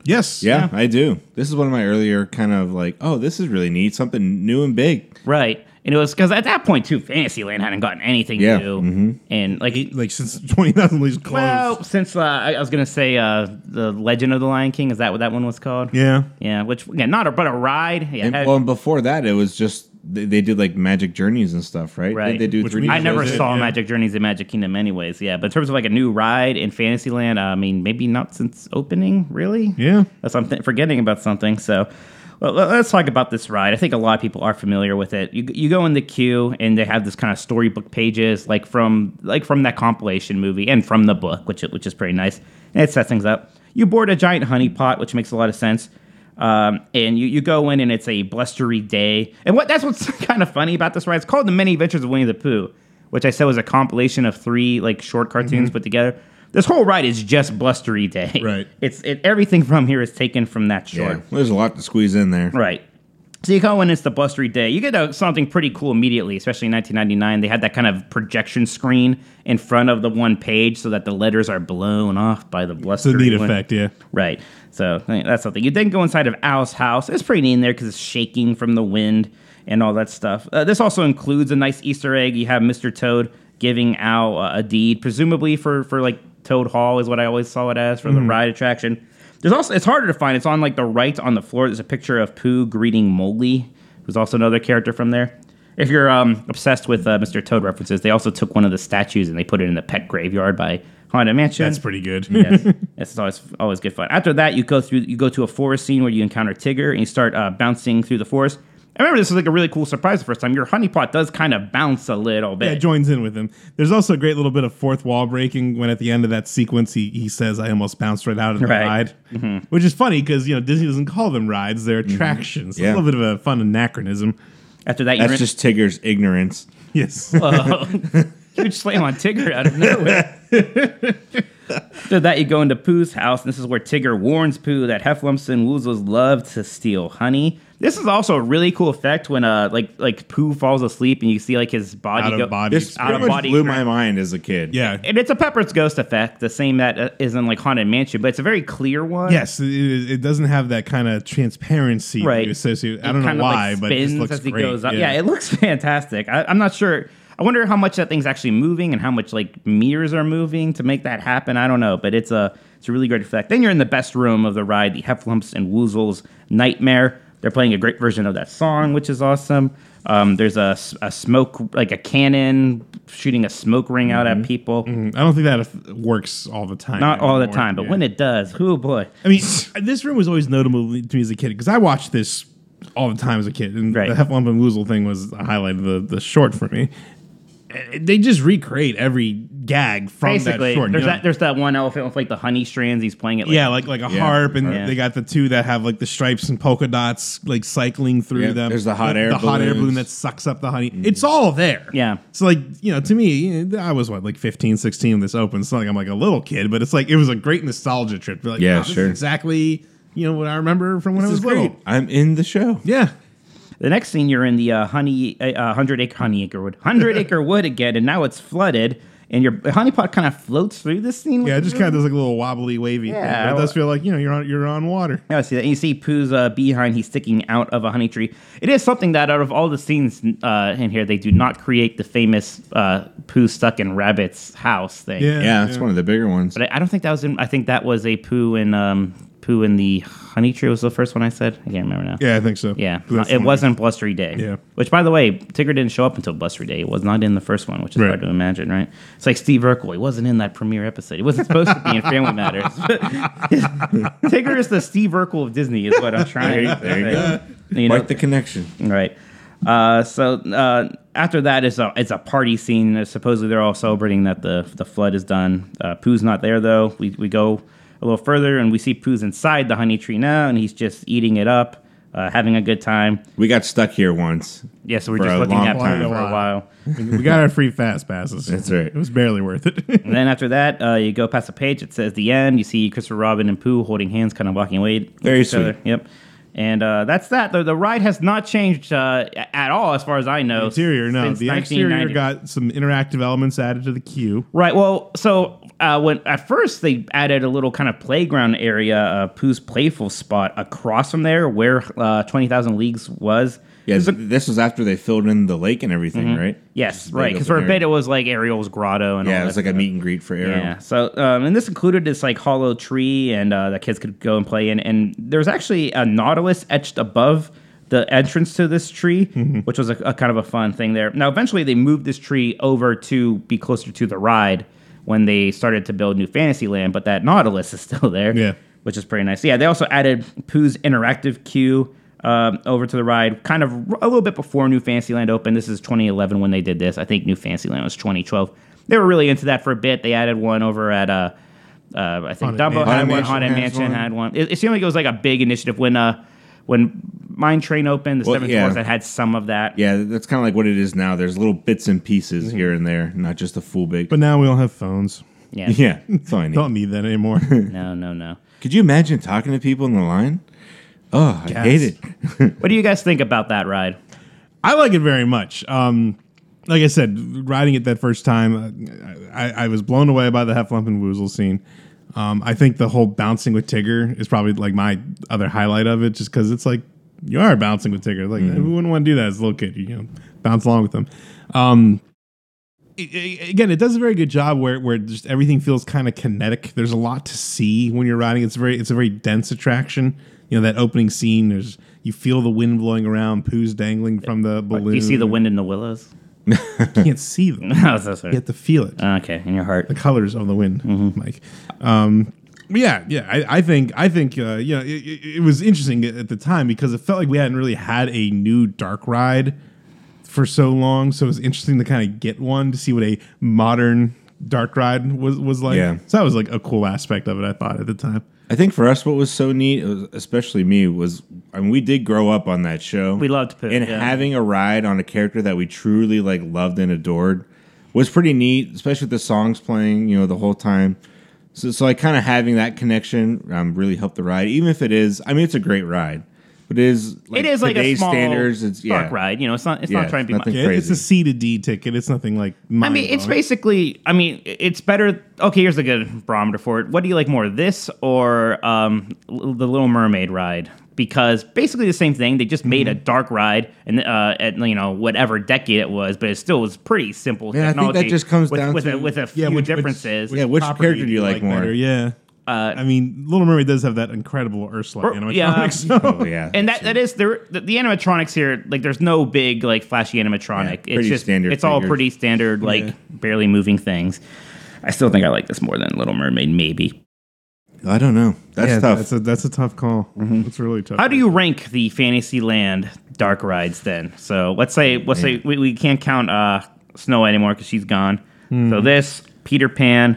[SPEAKER 3] Yes.
[SPEAKER 5] Yeah, I do. This is one of my earlier kind of like, oh, this is really neat, something new and big.
[SPEAKER 4] Right. And it was because at that point too, Fantasyland hadn't gotten anything
[SPEAKER 5] Yeah, Mm-hmm.
[SPEAKER 4] new, and like
[SPEAKER 3] Like since 20,000 leagues closed.
[SPEAKER 4] well, since uh, I, I was gonna say uh, the Legend of the Lion King, is that what that one was called?
[SPEAKER 3] yeah.
[SPEAKER 4] yeah. Which again, not a but a ride. Yeah,
[SPEAKER 5] And,
[SPEAKER 4] had-
[SPEAKER 5] well, and before that, it was just they, they did like magic journeys and stuff, right?
[SPEAKER 4] Right.
[SPEAKER 5] Did they do
[SPEAKER 3] Which
[SPEAKER 5] three.
[SPEAKER 3] we-
[SPEAKER 4] I never
[SPEAKER 3] Yeah.
[SPEAKER 4] saw Magic Journeys in Magic Kingdom, anyways. Yeah, but in terms of like a new ride in Fantasyland, I mean, maybe not since opening, really.
[SPEAKER 3] Yeah.
[SPEAKER 4] That's I'm th- forgetting about something. So, well, let- let's talk about this ride. I think a lot of people are familiar with it. You, you go in the queue, and they have this kind of storybook pages, like from like from that compilation movie and from the book, which which is pretty nice. And it sets things up. You board a giant honey pot, which makes a lot of sense. Um, and you, you go in, and it's a blustery day. And what that's what's kind of funny about this ride. It's called The Many Adventures of Winnie the Pooh, which I said was a compilation of three like short cartoons put together. This whole ride is just blustery day.
[SPEAKER 3] Right.
[SPEAKER 4] It's it, everything from here is taken from that
[SPEAKER 5] Yeah.
[SPEAKER 4] short.
[SPEAKER 5] There's a lot to squeeze in there.
[SPEAKER 4] Right. So you go in, it's the blustery day. You get uh, something pretty cool immediately, especially in 1999. They had that kind of projection screen in front of the one page so that the letters are blown off by the
[SPEAKER 3] It's a
[SPEAKER 4] blustery
[SPEAKER 3] neat
[SPEAKER 4] wind.
[SPEAKER 3] effect. Yeah.
[SPEAKER 4] Right. So I think that's something. You then go inside of Al's house. It's pretty neat in there because it's shaking from the wind and all that stuff. Uh, this also includes a nice Easter egg. You have Mr. Toad giving Al uh, a deed, presumably for for like Toad Hall is what I always saw it as for the ride attraction. There's also it's harder to find. It's on like the right on the floor. There's a picture of Pooh greeting Mowgli, who's also another character from there. If you're um, obsessed with uh, Mr. Toad references, they also took one of the statues and they put it in the pet graveyard by Haunted Mansion.
[SPEAKER 3] That's pretty good.
[SPEAKER 4] yes, Yes, it's always always good fun. After that, you go through you go to a forest scene where you encounter Tigger and you start uh, bouncing through the forest. I remember this was like a really cool surprise the first time. Your honeypot does kind of bounce a little
[SPEAKER 3] Yeah, it
[SPEAKER 4] bit.
[SPEAKER 3] joins in with him. There's also a great little bit of fourth wall breaking when at the end of that sequence he, he says, I almost bounced right out of the
[SPEAKER 4] Right. Mm-hmm.
[SPEAKER 3] ride. Which is funny because, you know, Disney doesn't call them rides, they're attractions.
[SPEAKER 5] Yeah.
[SPEAKER 3] It's a little bit of a fun anachronism.
[SPEAKER 4] After that, you're
[SPEAKER 5] That's just Tigger's ignorance.
[SPEAKER 3] Yes.
[SPEAKER 4] huge slam on Tigger out of nowhere. After that, you go into Pooh's house, and this is where Tigger warns Pooh that Hefflumps and Woozles love to steal honey. This is also a really cool effect when uh like like Pooh falls asleep and you see like his body
[SPEAKER 3] Out of
[SPEAKER 4] go-
[SPEAKER 3] body
[SPEAKER 5] This
[SPEAKER 3] Out
[SPEAKER 5] pretty
[SPEAKER 3] of
[SPEAKER 5] much
[SPEAKER 4] body
[SPEAKER 5] blew
[SPEAKER 4] crack.
[SPEAKER 5] my mind as a kid.
[SPEAKER 3] yeah.
[SPEAKER 4] and it's a Pepper's Ghost effect, the same that uh, is in like Haunted Mansion, but it's a very clear one.
[SPEAKER 3] Yes, it, it it doesn't have that kind of transparency that
[SPEAKER 4] right.
[SPEAKER 3] you associate.
[SPEAKER 4] It
[SPEAKER 3] I don't
[SPEAKER 4] kind
[SPEAKER 3] know
[SPEAKER 4] of, like,
[SPEAKER 3] why, but it just
[SPEAKER 4] spins
[SPEAKER 3] looks
[SPEAKER 4] as he
[SPEAKER 3] great.
[SPEAKER 4] goes up. Yeah. it looks fantastic. I, I'm not sure. I wonder how much that thing's actually moving and how much like mirrors are moving to make that happen. I don't know, but it's a it's a really great effect. Then you're in the best room of the ride, the Hefflumps and Woozles Nightmare. They're playing a great version of that song, which is awesome. Um, there's a, s- a smoke, like a cannon shooting a smoke ring out
[SPEAKER 3] Mm-hmm.
[SPEAKER 4] at people.
[SPEAKER 3] I don't think that uh, works all the time.
[SPEAKER 4] Not all the
[SPEAKER 3] anymore.
[SPEAKER 4] time, but
[SPEAKER 3] Yeah.
[SPEAKER 4] when it does, whoo boy.
[SPEAKER 3] I mean, this room was always notable to me as a kid because I watched this all the time as a kid, and
[SPEAKER 4] Right.
[SPEAKER 3] the Heffalump and Woozle thing was the highlight of the, the short for me. Uh, They just recreate every gag from
[SPEAKER 4] Basically,
[SPEAKER 3] that short. you
[SPEAKER 4] there's
[SPEAKER 3] know?
[SPEAKER 4] that there's that one elephant with like the honey strands. He's playing it. Like,
[SPEAKER 3] yeah, like like a
[SPEAKER 5] Yeah.
[SPEAKER 3] harp, and
[SPEAKER 4] Yeah.
[SPEAKER 3] they got the two that have like the stripes and polka dots, like cycling through
[SPEAKER 5] Yeah,
[SPEAKER 3] them.
[SPEAKER 5] there's the hot air
[SPEAKER 3] the hot air balloon
[SPEAKER 5] balloons. Mm.
[SPEAKER 3] that sucks up the honey. It's all there.
[SPEAKER 4] Yeah.
[SPEAKER 3] So like you know, to me, I was what like 15, 16 when this opened. So like I'm like a little kid, but it's like it was a great nostalgia trip. Like
[SPEAKER 5] Yeah,
[SPEAKER 3] wow, this is
[SPEAKER 5] sure.
[SPEAKER 3] exactly. You know what I remember from when
[SPEAKER 5] This
[SPEAKER 3] I was
[SPEAKER 5] is
[SPEAKER 3] little.
[SPEAKER 5] great. I'm in the show.
[SPEAKER 3] Yeah.
[SPEAKER 4] The next scene, you're in the uh, honey uh, uh, hundred acre honey acre wood, hundred acre wood again, and now it's flooded. and your honey pot kind of floats through this scene.
[SPEAKER 3] Yeah, it
[SPEAKER 4] with
[SPEAKER 3] just
[SPEAKER 4] you.
[SPEAKER 3] kind of does like a little wobbly, wavy. thing,
[SPEAKER 4] Yeah,
[SPEAKER 3] but it does
[SPEAKER 4] well-
[SPEAKER 3] feel like you know you're on you're on water.
[SPEAKER 4] Yeah, Oh, I see that. And you see Pooh's uh, behind, he's sticking out of a honey tree. It is something that out of all the scenes uh, in here, they do not create the famous uh, Pooh stuck in Rabbit's house thing.
[SPEAKER 3] Yeah,
[SPEAKER 5] Yeah, that's one of the bigger ones.
[SPEAKER 4] But I, I don't think that was in, I think that was a Pooh in, um, Pooh in the honey tree was the first one I said. I can't remember now.
[SPEAKER 3] Yeah, I think so.
[SPEAKER 4] Yeah,
[SPEAKER 3] That's
[SPEAKER 4] it
[SPEAKER 3] the-
[SPEAKER 4] wasn't Blustery Day.
[SPEAKER 3] Yeah.
[SPEAKER 4] Which, by the way, Tigger didn't show up until Blustery Day. It was not in the first one, which is
[SPEAKER 3] Right.
[SPEAKER 4] hard to imagine, right? It's like Steve Urkel. He wasn't in that premiere episode. He wasn't supposed to be in Family Matters. Tigger is the Steve Urkel of Disney, is what I'm trying to
[SPEAKER 5] There you go.
[SPEAKER 4] say. You know?
[SPEAKER 5] Like the connection.
[SPEAKER 4] Right. Uh, so uh, after that is a it's a party scene. Supposedly they're all celebrating that the the flood is done. Uh, Pooh's not there though. We we go a little further and we see Pooh's inside the honey tree now, and he's just eating it up, uh, having a good time.
[SPEAKER 5] We got stuck here once.
[SPEAKER 4] Yeah, so we're
[SPEAKER 5] For
[SPEAKER 4] just
[SPEAKER 5] a
[SPEAKER 4] looking
[SPEAKER 5] long
[SPEAKER 4] at
[SPEAKER 3] time.
[SPEAKER 4] Pooh for a while.
[SPEAKER 3] we got our free fast passes.
[SPEAKER 5] That's right.
[SPEAKER 3] It was barely worth it.
[SPEAKER 4] And then after that, uh, you go past a page. It says the end. You see Christopher Robin and Pooh holding hands, kind of walking away. with
[SPEAKER 5] Very
[SPEAKER 4] each other.
[SPEAKER 5] sweet.
[SPEAKER 4] Yep. And uh, that's that. The, the ride has not changed uh, a- at all, as far as I know.
[SPEAKER 3] exterior, no,
[SPEAKER 4] since
[SPEAKER 3] the exterior
[SPEAKER 4] 1990.
[SPEAKER 3] got some interactive elements added to the queue.
[SPEAKER 4] Right. Well, so uh, when at first they added a little kind of playground area, uh, Pooh's playful spot across from there, where uh, Twenty Thousand Leagues was.
[SPEAKER 5] Yeah, this was after they filled in the lake and everything, right?
[SPEAKER 4] Yes,
[SPEAKER 5] Big
[SPEAKER 4] right. Because for
[SPEAKER 5] open
[SPEAKER 4] a bit
[SPEAKER 5] area.
[SPEAKER 4] it was like Ariel's grotto and all
[SPEAKER 5] yeah,
[SPEAKER 4] that
[SPEAKER 5] it was like a meet and greet for Ariel.
[SPEAKER 4] Yeah. So, um, and this included this like hollow tree, and uh, the kids could go and play in. And there's actually a nautilus etched above the entrance to this tree, which was a, a kind of a fun thing there. Now, eventually, they moved this tree over to be closer to the ride when they started to build New Fantasyland, but that nautilus is still there.
[SPEAKER 3] Yeah.
[SPEAKER 4] Which is pretty nice. Yeah, they also added Pooh's interactive queue um, over to the ride, kind of r- a little bit before New Fantasyland opened. This is 2011 when they did this. I think New Fantasyland was 2012. They were really into that for a bit. They added one over at, uh, uh, I think
[SPEAKER 3] Haunted
[SPEAKER 4] Dumbo
[SPEAKER 3] Mansion.
[SPEAKER 4] had one,
[SPEAKER 5] Haunted
[SPEAKER 4] Haunted
[SPEAKER 5] Mansion has
[SPEAKER 4] Mansion
[SPEAKER 5] one.
[SPEAKER 4] had one. It, it seemed like it was like a big initiative when uh, when Mine Train opened, the
[SPEAKER 5] Well,
[SPEAKER 4] seventh
[SPEAKER 5] yeah.
[SPEAKER 4] floor that had some of that.
[SPEAKER 5] Yeah, that's kind of like what it is now. There's little bits and pieces here and there, not just a full big.
[SPEAKER 3] But now we don't have phones.
[SPEAKER 4] Yeah.
[SPEAKER 5] yeah, that's all I need.
[SPEAKER 3] Don't need that anymore.
[SPEAKER 4] No, no, no.
[SPEAKER 5] Could you imagine talking to people in the line? Oh, I hate it.
[SPEAKER 4] What do you guys think about that ride?
[SPEAKER 3] I like it very much. Um, like I said, riding it that first time, uh, I, I was blown away by the Hefflump and Woozle scene. Um, I think the whole bouncing with Tigger is probably like my other highlight of it, just because it's like you are bouncing with Tigger.
[SPEAKER 4] Mm-hmm.
[SPEAKER 3] Like who wouldn't want to do that as a little kid? You know, bounce along with them. Um, it- it- again, it does a very good job where where just everything feels kind of kinetic. There's a lot to see when you're riding. It's very it's a very dense attraction. You know that opening scene. There's you feel the wind blowing around, poos dangling from the balloon.
[SPEAKER 4] Do you see the wind in the willows?
[SPEAKER 3] You can't see them. You
[SPEAKER 4] Oh, so sorry.
[SPEAKER 3] have to feel it.
[SPEAKER 4] Okay, in your heart.
[SPEAKER 3] the colors of the wind,
[SPEAKER 5] Mm-hmm.
[SPEAKER 3] Mike. Um, but yeah, yeah. I, I think I think uh, you know it, it, it was interesting at the time because it felt like we hadn't really had a new dark ride for so long. So it was interesting to kind of get one to see what a modern dark ride was was like.
[SPEAKER 5] Yeah.
[SPEAKER 3] So that was like a cool aspect of it. I thought at the time.
[SPEAKER 5] I think for us, what was so neat, especially me, was I mean, we did grow up on that show.
[SPEAKER 4] We loved Pooh,
[SPEAKER 5] and
[SPEAKER 4] yeah.
[SPEAKER 5] having a ride on a character that we truly like loved and adored was pretty neat, especially with the songs playing, you know, the whole time. So, so like kind of having that connection um, really helped the ride, even if it is. I mean, it's a great ride, but it is.
[SPEAKER 4] it is like a
[SPEAKER 5] today's
[SPEAKER 4] small
[SPEAKER 5] standards. It's yeah,
[SPEAKER 4] dark ride. You know, it's not. It's
[SPEAKER 5] Yeah,
[SPEAKER 4] not trying to be
[SPEAKER 5] nothing
[SPEAKER 4] much.
[SPEAKER 3] Yeah, it's
[SPEAKER 5] Crazy.
[SPEAKER 3] a C to D ticket. It's nothing like.
[SPEAKER 4] I mean, it's
[SPEAKER 3] mind-blowing.
[SPEAKER 4] basically. I mean, it's better. Okay, here's a good barometer for it. What do you like more, this or um, L- the Little Mermaid ride? Because basically the same thing. They just made
[SPEAKER 5] Mm-hmm.
[SPEAKER 4] a dark ride, and uh, at you know whatever decade it was, but it still was pretty simple
[SPEAKER 5] Yeah, I think
[SPEAKER 4] technology.
[SPEAKER 5] that just comes
[SPEAKER 4] with,
[SPEAKER 5] down
[SPEAKER 4] with
[SPEAKER 5] to-
[SPEAKER 4] a, with a few
[SPEAKER 3] Yeah, which- which-
[SPEAKER 4] differences.
[SPEAKER 5] Yeah, which
[SPEAKER 3] property
[SPEAKER 5] character do you like more?
[SPEAKER 3] better? Yeah.
[SPEAKER 4] Uh,
[SPEAKER 3] I mean, Little Mermaid does have that incredible Ursula
[SPEAKER 4] Or-
[SPEAKER 3] animatronic.
[SPEAKER 4] yeah.
[SPEAKER 3] so-
[SPEAKER 5] Oh yeah,
[SPEAKER 4] and that, that is there the, the animatronics here like there's no big like flashy animatronic
[SPEAKER 5] Yeah,
[SPEAKER 4] it's
[SPEAKER 5] pretty
[SPEAKER 4] just
[SPEAKER 5] standard
[SPEAKER 4] it's all
[SPEAKER 5] figures.
[SPEAKER 4] pretty standard like
[SPEAKER 3] Yeah.
[SPEAKER 4] barely moving things i still think i like this more than little mermaid maybe
[SPEAKER 5] I don't know. That's
[SPEAKER 3] Yeah,
[SPEAKER 5] tough. Mm-hmm.
[SPEAKER 3] That's a that's a tough call. That's really tough.
[SPEAKER 4] how do you rank the fantasyland dark rides then so let's say let's say we, we can't count uh snow White anymore because she's gone
[SPEAKER 5] Hmm.
[SPEAKER 4] so this peter pan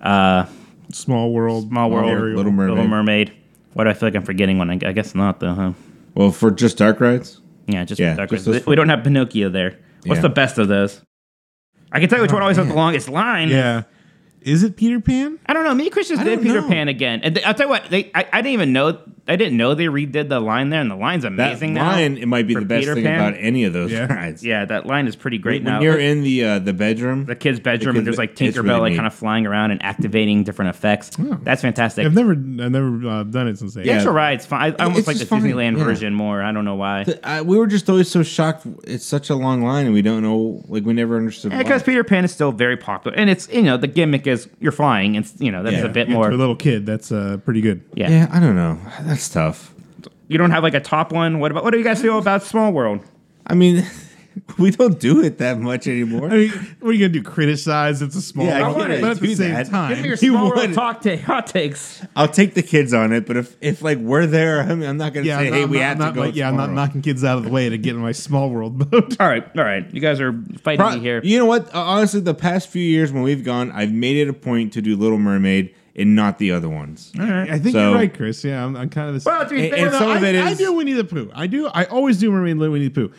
[SPEAKER 4] uh
[SPEAKER 3] Small world,
[SPEAKER 4] small world
[SPEAKER 3] Ariel.
[SPEAKER 5] Little Mermaid.
[SPEAKER 4] little mermaid why do i feel like i'm forgetting one i, I guess not though huh
[SPEAKER 5] well, for just dark rides,
[SPEAKER 4] Yeah, just
[SPEAKER 5] Yeah,
[SPEAKER 4] dark
[SPEAKER 5] just
[SPEAKER 4] rides.
[SPEAKER 5] those
[SPEAKER 4] We don't have Pinocchio there. What's
[SPEAKER 5] Yeah.
[SPEAKER 4] the best of those? I can tell you which one always has the longest line.
[SPEAKER 3] Yeah. Is it Peter Pan?
[SPEAKER 4] I don't know. Me and Christians did
[SPEAKER 5] don't
[SPEAKER 4] Peter
[SPEAKER 5] know.
[SPEAKER 4] Pan again, and they, I'll tell you what. They, I, I didn't even know I didn't know they redid the line there, and the line's
[SPEAKER 5] That
[SPEAKER 4] amazing now.
[SPEAKER 5] line, it might be
[SPEAKER 4] for
[SPEAKER 5] the best
[SPEAKER 4] Peter
[SPEAKER 5] thing
[SPEAKER 4] Pan.
[SPEAKER 5] about any of those
[SPEAKER 3] Yeah.
[SPEAKER 5] rides.
[SPEAKER 4] Yeah, that line is pretty great
[SPEAKER 5] When
[SPEAKER 4] now.
[SPEAKER 5] you're in the uh, the bedroom,
[SPEAKER 4] the kid's bedroom, and
[SPEAKER 5] The kid's
[SPEAKER 4] there's like
[SPEAKER 5] be- it's
[SPEAKER 4] Tinkerbell
[SPEAKER 5] really
[SPEAKER 4] like
[SPEAKER 5] neat.
[SPEAKER 4] kind of flying around and activating different effects. That's fantastic.
[SPEAKER 3] I've never, I've never uh, done it since. I-
[SPEAKER 4] The actual ride's fine. I, I almost
[SPEAKER 5] it's
[SPEAKER 4] like the
[SPEAKER 5] just fine,
[SPEAKER 4] Disneyland
[SPEAKER 5] yeah.
[SPEAKER 4] version more. I don't know why.
[SPEAKER 5] I, we were just always so shocked. It's such a long line, and we don't know. Like we never understood. why.
[SPEAKER 4] Because Peter Pan is still very popular, and it's you know the gimmick is you're flying, and you know that's
[SPEAKER 5] Yeah.
[SPEAKER 4] a bit
[SPEAKER 3] Yeah,
[SPEAKER 4] more.
[SPEAKER 3] for a little kid, that's uh, pretty good.
[SPEAKER 4] yeah.
[SPEAKER 5] yeah, I don't know. That's tough.
[SPEAKER 4] you don't have like a top one. What about what do you guys feel about Small World?
[SPEAKER 5] I mean, we don't do it that much anymore.
[SPEAKER 3] I mean, what are you gonna do? Criticize? It's a small.
[SPEAKER 5] Yeah, I
[SPEAKER 3] world.
[SPEAKER 4] can't
[SPEAKER 3] but at the
[SPEAKER 5] do
[SPEAKER 3] same
[SPEAKER 5] that.
[SPEAKER 3] time,
[SPEAKER 4] Give me your
[SPEAKER 5] You
[SPEAKER 4] Small World
[SPEAKER 5] would.
[SPEAKER 4] talk ta- hot takes.
[SPEAKER 5] I'll take the kids on it, but if if like we're there, I mean, I'm not gonna
[SPEAKER 3] yeah,
[SPEAKER 5] say,
[SPEAKER 3] I'm
[SPEAKER 5] "Hey,
[SPEAKER 3] not-
[SPEAKER 5] we
[SPEAKER 3] I'm
[SPEAKER 5] have
[SPEAKER 3] not
[SPEAKER 5] to go."
[SPEAKER 3] like- yeah, I'm not
[SPEAKER 5] tomorrow."
[SPEAKER 3] knocking kids out of the way to get in my small world boat.
[SPEAKER 4] All right, all right. You guys are fighting
[SPEAKER 5] Pro-
[SPEAKER 4] me here.
[SPEAKER 5] You know what? Uh, Honestly, the past few years when we've gone, I've made it a point to do Little Mermaid and not the other ones.
[SPEAKER 3] I think
[SPEAKER 5] So-
[SPEAKER 3] you're right, Chris. Yeah, I'm, I'm kind of the same.
[SPEAKER 4] Well, to be
[SPEAKER 5] And-
[SPEAKER 4] fair,
[SPEAKER 5] and
[SPEAKER 4] though,
[SPEAKER 5] some
[SPEAKER 4] I-
[SPEAKER 5] of it is.
[SPEAKER 3] I do Winnie the Pooh. I do. I always do Mermaid and Winnie the Pooh.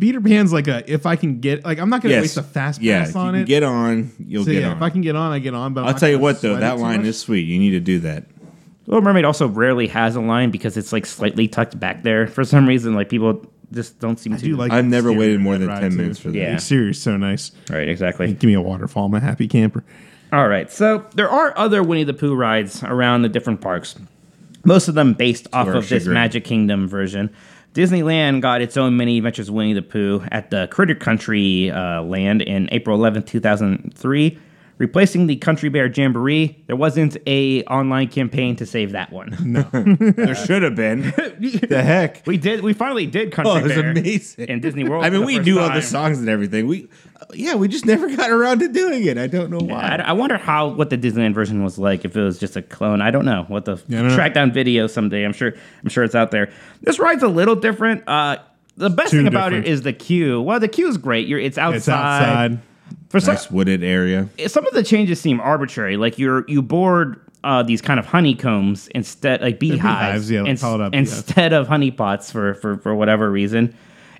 [SPEAKER 3] Peter Pan's like a if I can get like I'm not gonna
[SPEAKER 5] Yes.
[SPEAKER 3] waste a fast
[SPEAKER 5] yeah,
[SPEAKER 3] pass
[SPEAKER 5] if
[SPEAKER 3] on
[SPEAKER 5] you can
[SPEAKER 3] it.
[SPEAKER 5] Get on. You'll
[SPEAKER 3] so
[SPEAKER 5] get
[SPEAKER 3] yeah,
[SPEAKER 5] on.
[SPEAKER 3] if I can get on, I get on. But I'm
[SPEAKER 5] I'll
[SPEAKER 3] not
[SPEAKER 5] tell you
[SPEAKER 3] gonna
[SPEAKER 5] what, though,
[SPEAKER 3] sweat it
[SPEAKER 5] that
[SPEAKER 3] too
[SPEAKER 5] line
[SPEAKER 3] much.
[SPEAKER 5] is sweet. You need to do that.
[SPEAKER 4] Little Mermaid also rarely has a line because it's like slightly tucked back there for some reason. Like people just don't seem to
[SPEAKER 3] do like
[SPEAKER 5] I've never
[SPEAKER 3] exterior
[SPEAKER 5] waited more
[SPEAKER 3] of that
[SPEAKER 5] than
[SPEAKER 3] ride,
[SPEAKER 5] 10
[SPEAKER 3] too.
[SPEAKER 5] minutes for that.
[SPEAKER 4] Yeah.
[SPEAKER 3] The exterior's so nice.
[SPEAKER 4] right exactly.
[SPEAKER 3] Give me a waterfall. I'm a happy camper.
[SPEAKER 4] All right, so there are other Winnie the Pooh rides around the different parks, most of them based off
[SPEAKER 5] our
[SPEAKER 4] of this
[SPEAKER 5] chagrin.
[SPEAKER 4] Magic Kingdom version. Disneyland got its own mini adventures of Winnie the Pooh at the Critter Country uh, land in April 11, 2003, replacing the Country Bear Jamboree. There wasn't a online campaign to save that one.
[SPEAKER 5] There should have been. the heck?
[SPEAKER 4] we did. We finally did Country
[SPEAKER 5] Oh, it was
[SPEAKER 4] Bear
[SPEAKER 5] amazing.
[SPEAKER 4] in Disney World.
[SPEAKER 5] I mean,
[SPEAKER 4] for
[SPEAKER 5] we
[SPEAKER 4] first
[SPEAKER 5] do all the
[SPEAKER 4] time.
[SPEAKER 5] songs and everything. We, yeah, we just never got around to doing it. I don't know why.
[SPEAKER 4] I, I wonder how what the Disneyland version was like. If it was just a clone, I don't know. What the
[SPEAKER 3] Yeah, I don't know.
[SPEAKER 4] track down video someday. I'm sure. I'm sure it's out there. This ride's a little different. Uh, the best
[SPEAKER 3] Too
[SPEAKER 4] thing about it
[SPEAKER 3] different.
[SPEAKER 4] is the queue. Well, the queue is great. You're it's outside.
[SPEAKER 3] It's outside.
[SPEAKER 4] For some,
[SPEAKER 5] nice wooded area.
[SPEAKER 4] some of the changes seem arbitrary. Like you're you board uh, these kind of honeycombs instead, like beehives,
[SPEAKER 3] beehives, yeah, like
[SPEAKER 4] ins-
[SPEAKER 3] followed up, yeah.
[SPEAKER 4] instead of honeypots for for for whatever reason.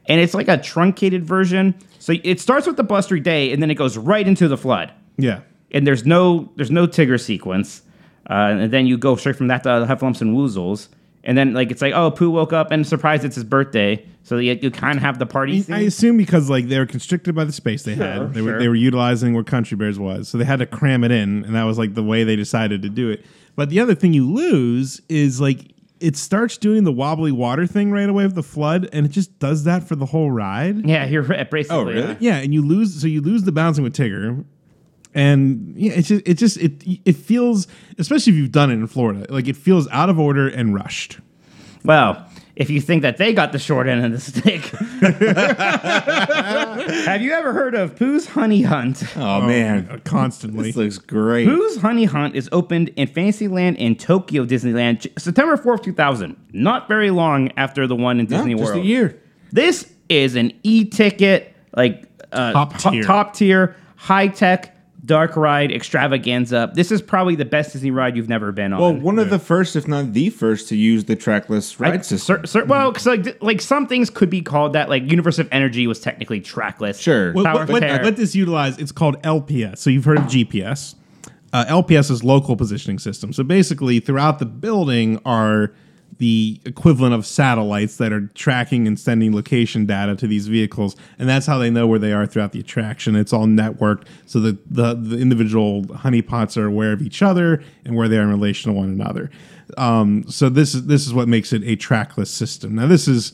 [SPEAKER 4] And it's like a truncated version. So it starts with the blustery day, and then it goes right into the flood
[SPEAKER 3] Yeah.
[SPEAKER 4] and there's no there's no Tigger sequence, uh, and then you go straight from that to the Heffalumps and Woozles, and then like it's like oh Pooh woke up and surprised it's his birthday, so you, you kind of have the party scene.
[SPEAKER 3] I assume because like they were constricted by the space they
[SPEAKER 4] Sure,
[SPEAKER 3] had, they
[SPEAKER 4] sure.
[SPEAKER 3] were they were utilizing where Country Bears was, so they had to cram it in, and that was like the way they decided to do it. But the other thing you lose is like it starts doing the wobbly water thing right away with the flood, and it just does that for the whole ride.
[SPEAKER 4] yeah, you're right, basically.
[SPEAKER 5] Oh, really?
[SPEAKER 3] Yeah, and you lose, so you lose the bouncing with Tigger, and yeah, it's just it just it it feels, especially if you've done it in Florida, like it feels out of order and rushed.
[SPEAKER 4] Well, if you think that they got the short end of the stick, have you ever heard of Pooh's Honey Hunt?
[SPEAKER 5] Oh, man,
[SPEAKER 3] constantly.
[SPEAKER 5] this looks great.
[SPEAKER 4] Pooh's Honey Hunt is opened in Fantasyland and Tokyo Disneyland J- September 4th, 2000. Not very long after the one in
[SPEAKER 5] No,
[SPEAKER 4] Disney
[SPEAKER 5] just
[SPEAKER 4] World.
[SPEAKER 5] a year.
[SPEAKER 4] This is an e-ticket, like uh,
[SPEAKER 3] Top
[SPEAKER 4] to-
[SPEAKER 3] tier.
[SPEAKER 4] top tier, high tech dark ride extravaganza. This is probably the best Disney ride you've never been on.
[SPEAKER 5] Well, one of the first, if not the first, to use the trackless
[SPEAKER 4] I-
[SPEAKER 5] ride system.
[SPEAKER 4] cer- cer- well, 'cause, like th- like some things could be called that. Like Universe of Energy was technically trackless.
[SPEAKER 5] Sure.
[SPEAKER 4] Power
[SPEAKER 5] What-
[SPEAKER 3] what, what,
[SPEAKER 4] of Terror.
[SPEAKER 3] what this utilizes, it's called LPS. So you've heard of GPS. Uh, LPS is local positioning system. So basically, throughout the building are the equivalent of satellites that are tracking and sending location data to these vehicles, and that's how they know where they are throughout the attraction. It's all networked, so that the, the individual honeypots are aware of each other and where they are in relation to one another. Um, so this is this is what makes it a trackless system. Now this is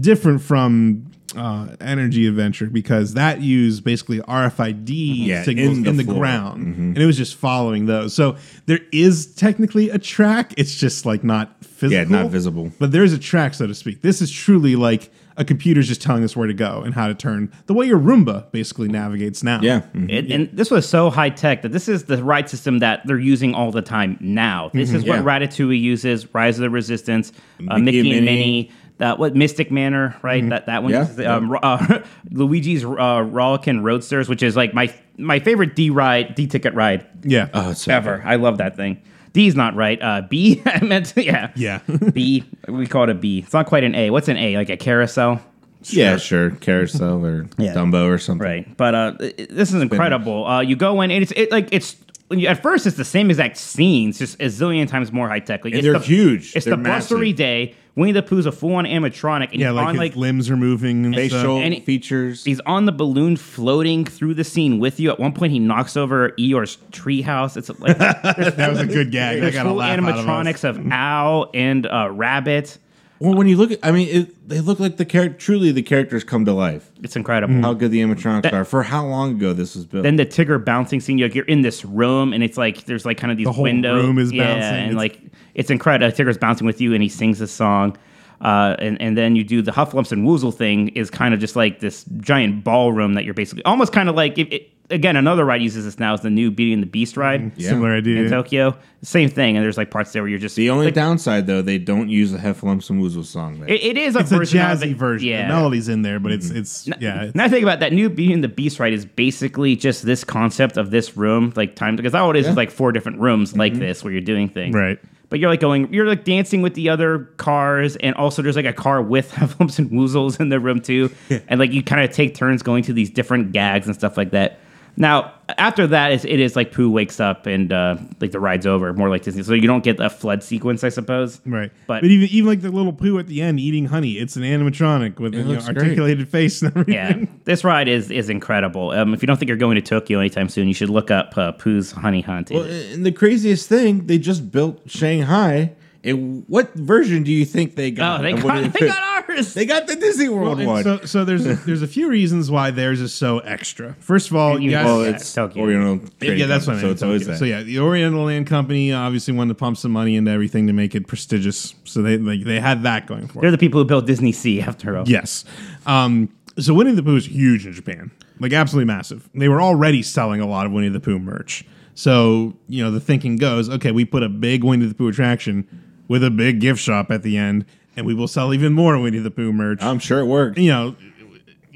[SPEAKER 3] different from uh, energy adventure because that used basically RFID
[SPEAKER 5] Yeah,
[SPEAKER 3] signals in
[SPEAKER 5] in
[SPEAKER 3] the,
[SPEAKER 5] the floor.
[SPEAKER 3] ground,
[SPEAKER 5] Mm-hmm.
[SPEAKER 3] and it was just following those. So there is technically a track; it's just like not physical,
[SPEAKER 5] Yeah, not visible.
[SPEAKER 3] But there is a track, so to speak. This is truly like a computer's just telling us where to go and how to turn. The way your Roomba basically navigates now.
[SPEAKER 5] yeah. Mhm.
[SPEAKER 4] It, And this was so high tech that this is the ride system that they're using all the time now. This is what
[SPEAKER 5] Yeah.
[SPEAKER 4] Ratatouille uses, Rise of the Resistance, uh, Mm-hmm. Mickey, and Minnie. Mm-hmm. That what Mystic Manor, right? That that one.
[SPEAKER 5] Yeah.
[SPEAKER 4] uses, um, Ro- uh, Luigi's uh, Rollickin' Roadsters, which is like my my favorite D ride, D ticket ride
[SPEAKER 3] yeah.
[SPEAKER 4] Uh,
[SPEAKER 5] Oh, it's so
[SPEAKER 4] ever. I love that thing. D's not right. Uh, B, I meant to, yeah.
[SPEAKER 3] Yeah.
[SPEAKER 4] B, we call it a B. It's not quite an A. What's an A? Like a carousel?
[SPEAKER 5] Yeah, sure. Carousel or
[SPEAKER 4] Yeah.
[SPEAKER 5] Dumbo or something.
[SPEAKER 4] Right. But uh, i- i- this is incredible. Uh, you go in, and it's it, like it's when you- at first it's the same exact scenes, just a zillion times more high tech. Like,
[SPEAKER 5] And
[SPEAKER 4] it's
[SPEAKER 5] they're
[SPEAKER 4] the-
[SPEAKER 5] huge.
[SPEAKER 4] It's
[SPEAKER 5] They're
[SPEAKER 4] the bustery
[SPEAKER 5] massive.
[SPEAKER 4] day. Winnie the Pooh's a full on animatronic, and
[SPEAKER 3] Yeah,
[SPEAKER 4] he's
[SPEAKER 3] like
[SPEAKER 4] on
[SPEAKER 3] his
[SPEAKER 4] like
[SPEAKER 3] limbs are moving and stuff.
[SPEAKER 5] facial
[SPEAKER 4] uh, And it-
[SPEAKER 5] features.
[SPEAKER 4] he's on the balloon floating through the scene with you. At one point, he knocks over Eeyore's treehouse. It's like
[SPEAKER 3] That was a good gag. I
[SPEAKER 4] there's
[SPEAKER 3] got a
[SPEAKER 4] full
[SPEAKER 3] laugh out of us.
[SPEAKER 4] animatronics of Owl and uh, Rabbit.
[SPEAKER 5] Well, when you look at, I mean, it, they look like the character. Truly, the characters come to life.
[SPEAKER 4] It's incredible.
[SPEAKER 5] How good the animatronics are. For how long ago this was built?
[SPEAKER 4] Then the Tigger bouncing scene. You're, you're in this room, and it's like there's like kind of these
[SPEAKER 3] The whole
[SPEAKER 4] windows.
[SPEAKER 3] room is
[SPEAKER 4] yeah,
[SPEAKER 3] bouncing.
[SPEAKER 4] and
[SPEAKER 3] It's-
[SPEAKER 4] like it's incredible. Tigger's bouncing with you, and he sings a song. Uh, and, and then you do the Hufflumps and Woozle thing is kind of just like this giant ballroom that you're basically almost kind of like it, it, again another ride uses this now is the new Beauty and the Beast ride.
[SPEAKER 5] Yeah.
[SPEAKER 3] Similar idea.
[SPEAKER 4] in Tokyo. Same thing, and there's like parts there where you're just
[SPEAKER 5] the only
[SPEAKER 4] like,
[SPEAKER 5] downside, though, they don't use the Heffalumps and Woozles song. There.
[SPEAKER 4] it, it is a
[SPEAKER 3] It's a
[SPEAKER 4] version of
[SPEAKER 3] jazzy
[SPEAKER 4] it.
[SPEAKER 3] version.
[SPEAKER 4] Yeah.
[SPEAKER 3] The melody's in there, but it's
[SPEAKER 5] Mm-hmm.
[SPEAKER 3] it's yeah.
[SPEAKER 4] Now I think about that new Beauty and the Beast ride is basically just this concept of this room, like time because all it is is like four different rooms like this where you're doing things.
[SPEAKER 3] Mm-hmm. Right.
[SPEAKER 4] But you're like going, you're like dancing with the other cars, and also there's like a car with Hefflumps and Woozles in the room too, and like you kind of take turns going to these different gags and stuff like that. Now after that, it's, it is like Pooh wakes up and uh, like the ride's over, more like Disney. So you don't get a flood sequence, I suppose.
[SPEAKER 3] Right,
[SPEAKER 4] But,
[SPEAKER 3] even even like the little poo at the end eating honey, it's an animatronic with an you know,
[SPEAKER 5] looks great.
[SPEAKER 3] articulated face and everything.
[SPEAKER 4] yeah, this ride is is incredible. Um, if you don't think you're going to Tokyo anytime soon, you should look up uh, Pooh's Honey Hunt. It-
[SPEAKER 5] Well, and the craziest thing, they just built Shanghai. And what version do you think they got?
[SPEAKER 4] oh, they
[SPEAKER 5] And what
[SPEAKER 4] got,
[SPEAKER 5] did-
[SPEAKER 4] they got ours.
[SPEAKER 5] they got the Disney World
[SPEAKER 3] And
[SPEAKER 5] one.
[SPEAKER 3] so, so there's a, there's a few reasons why theirs is so extra. First of all,
[SPEAKER 4] And
[SPEAKER 3] you
[SPEAKER 4] you-
[SPEAKER 3] guys,
[SPEAKER 5] well,
[SPEAKER 4] Yeah,
[SPEAKER 5] it's
[SPEAKER 4] Tokyo.
[SPEAKER 5] Oriental. Trading
[SPEAKER 3] yeah, that's what I
[SPEAKER 5] Company,
[SPEAKER 3] mean.
[SPEAKER 5] So it's always
[SPEAKER 3] Tokyo.
[SPEAKER 5] that.
[SPEAKER 3] So yeah, the Oriental Land Company obviously wanted to pump some money into everything to make it prestigious. So they like they had that going for
[SPEAKER 4] They're
[SPEAKER 3] it.
[SPEAKER 4] the people who built Disney Sea after all.
[SPEAKER 3] Yes. Um, so Winnie the Pooh is huge in Japan, like absolutely massive. They were already selling a lot of Winnie the Pooh merch. So you know the thinking goes, okay, we put a big Winnie the Pooh attraction with a big gift shop at the end, and we will sell even more Winnie the Pooh merch.
[SPEAKER 5] I'm sure it worked.
[SPEAKER 3] you know,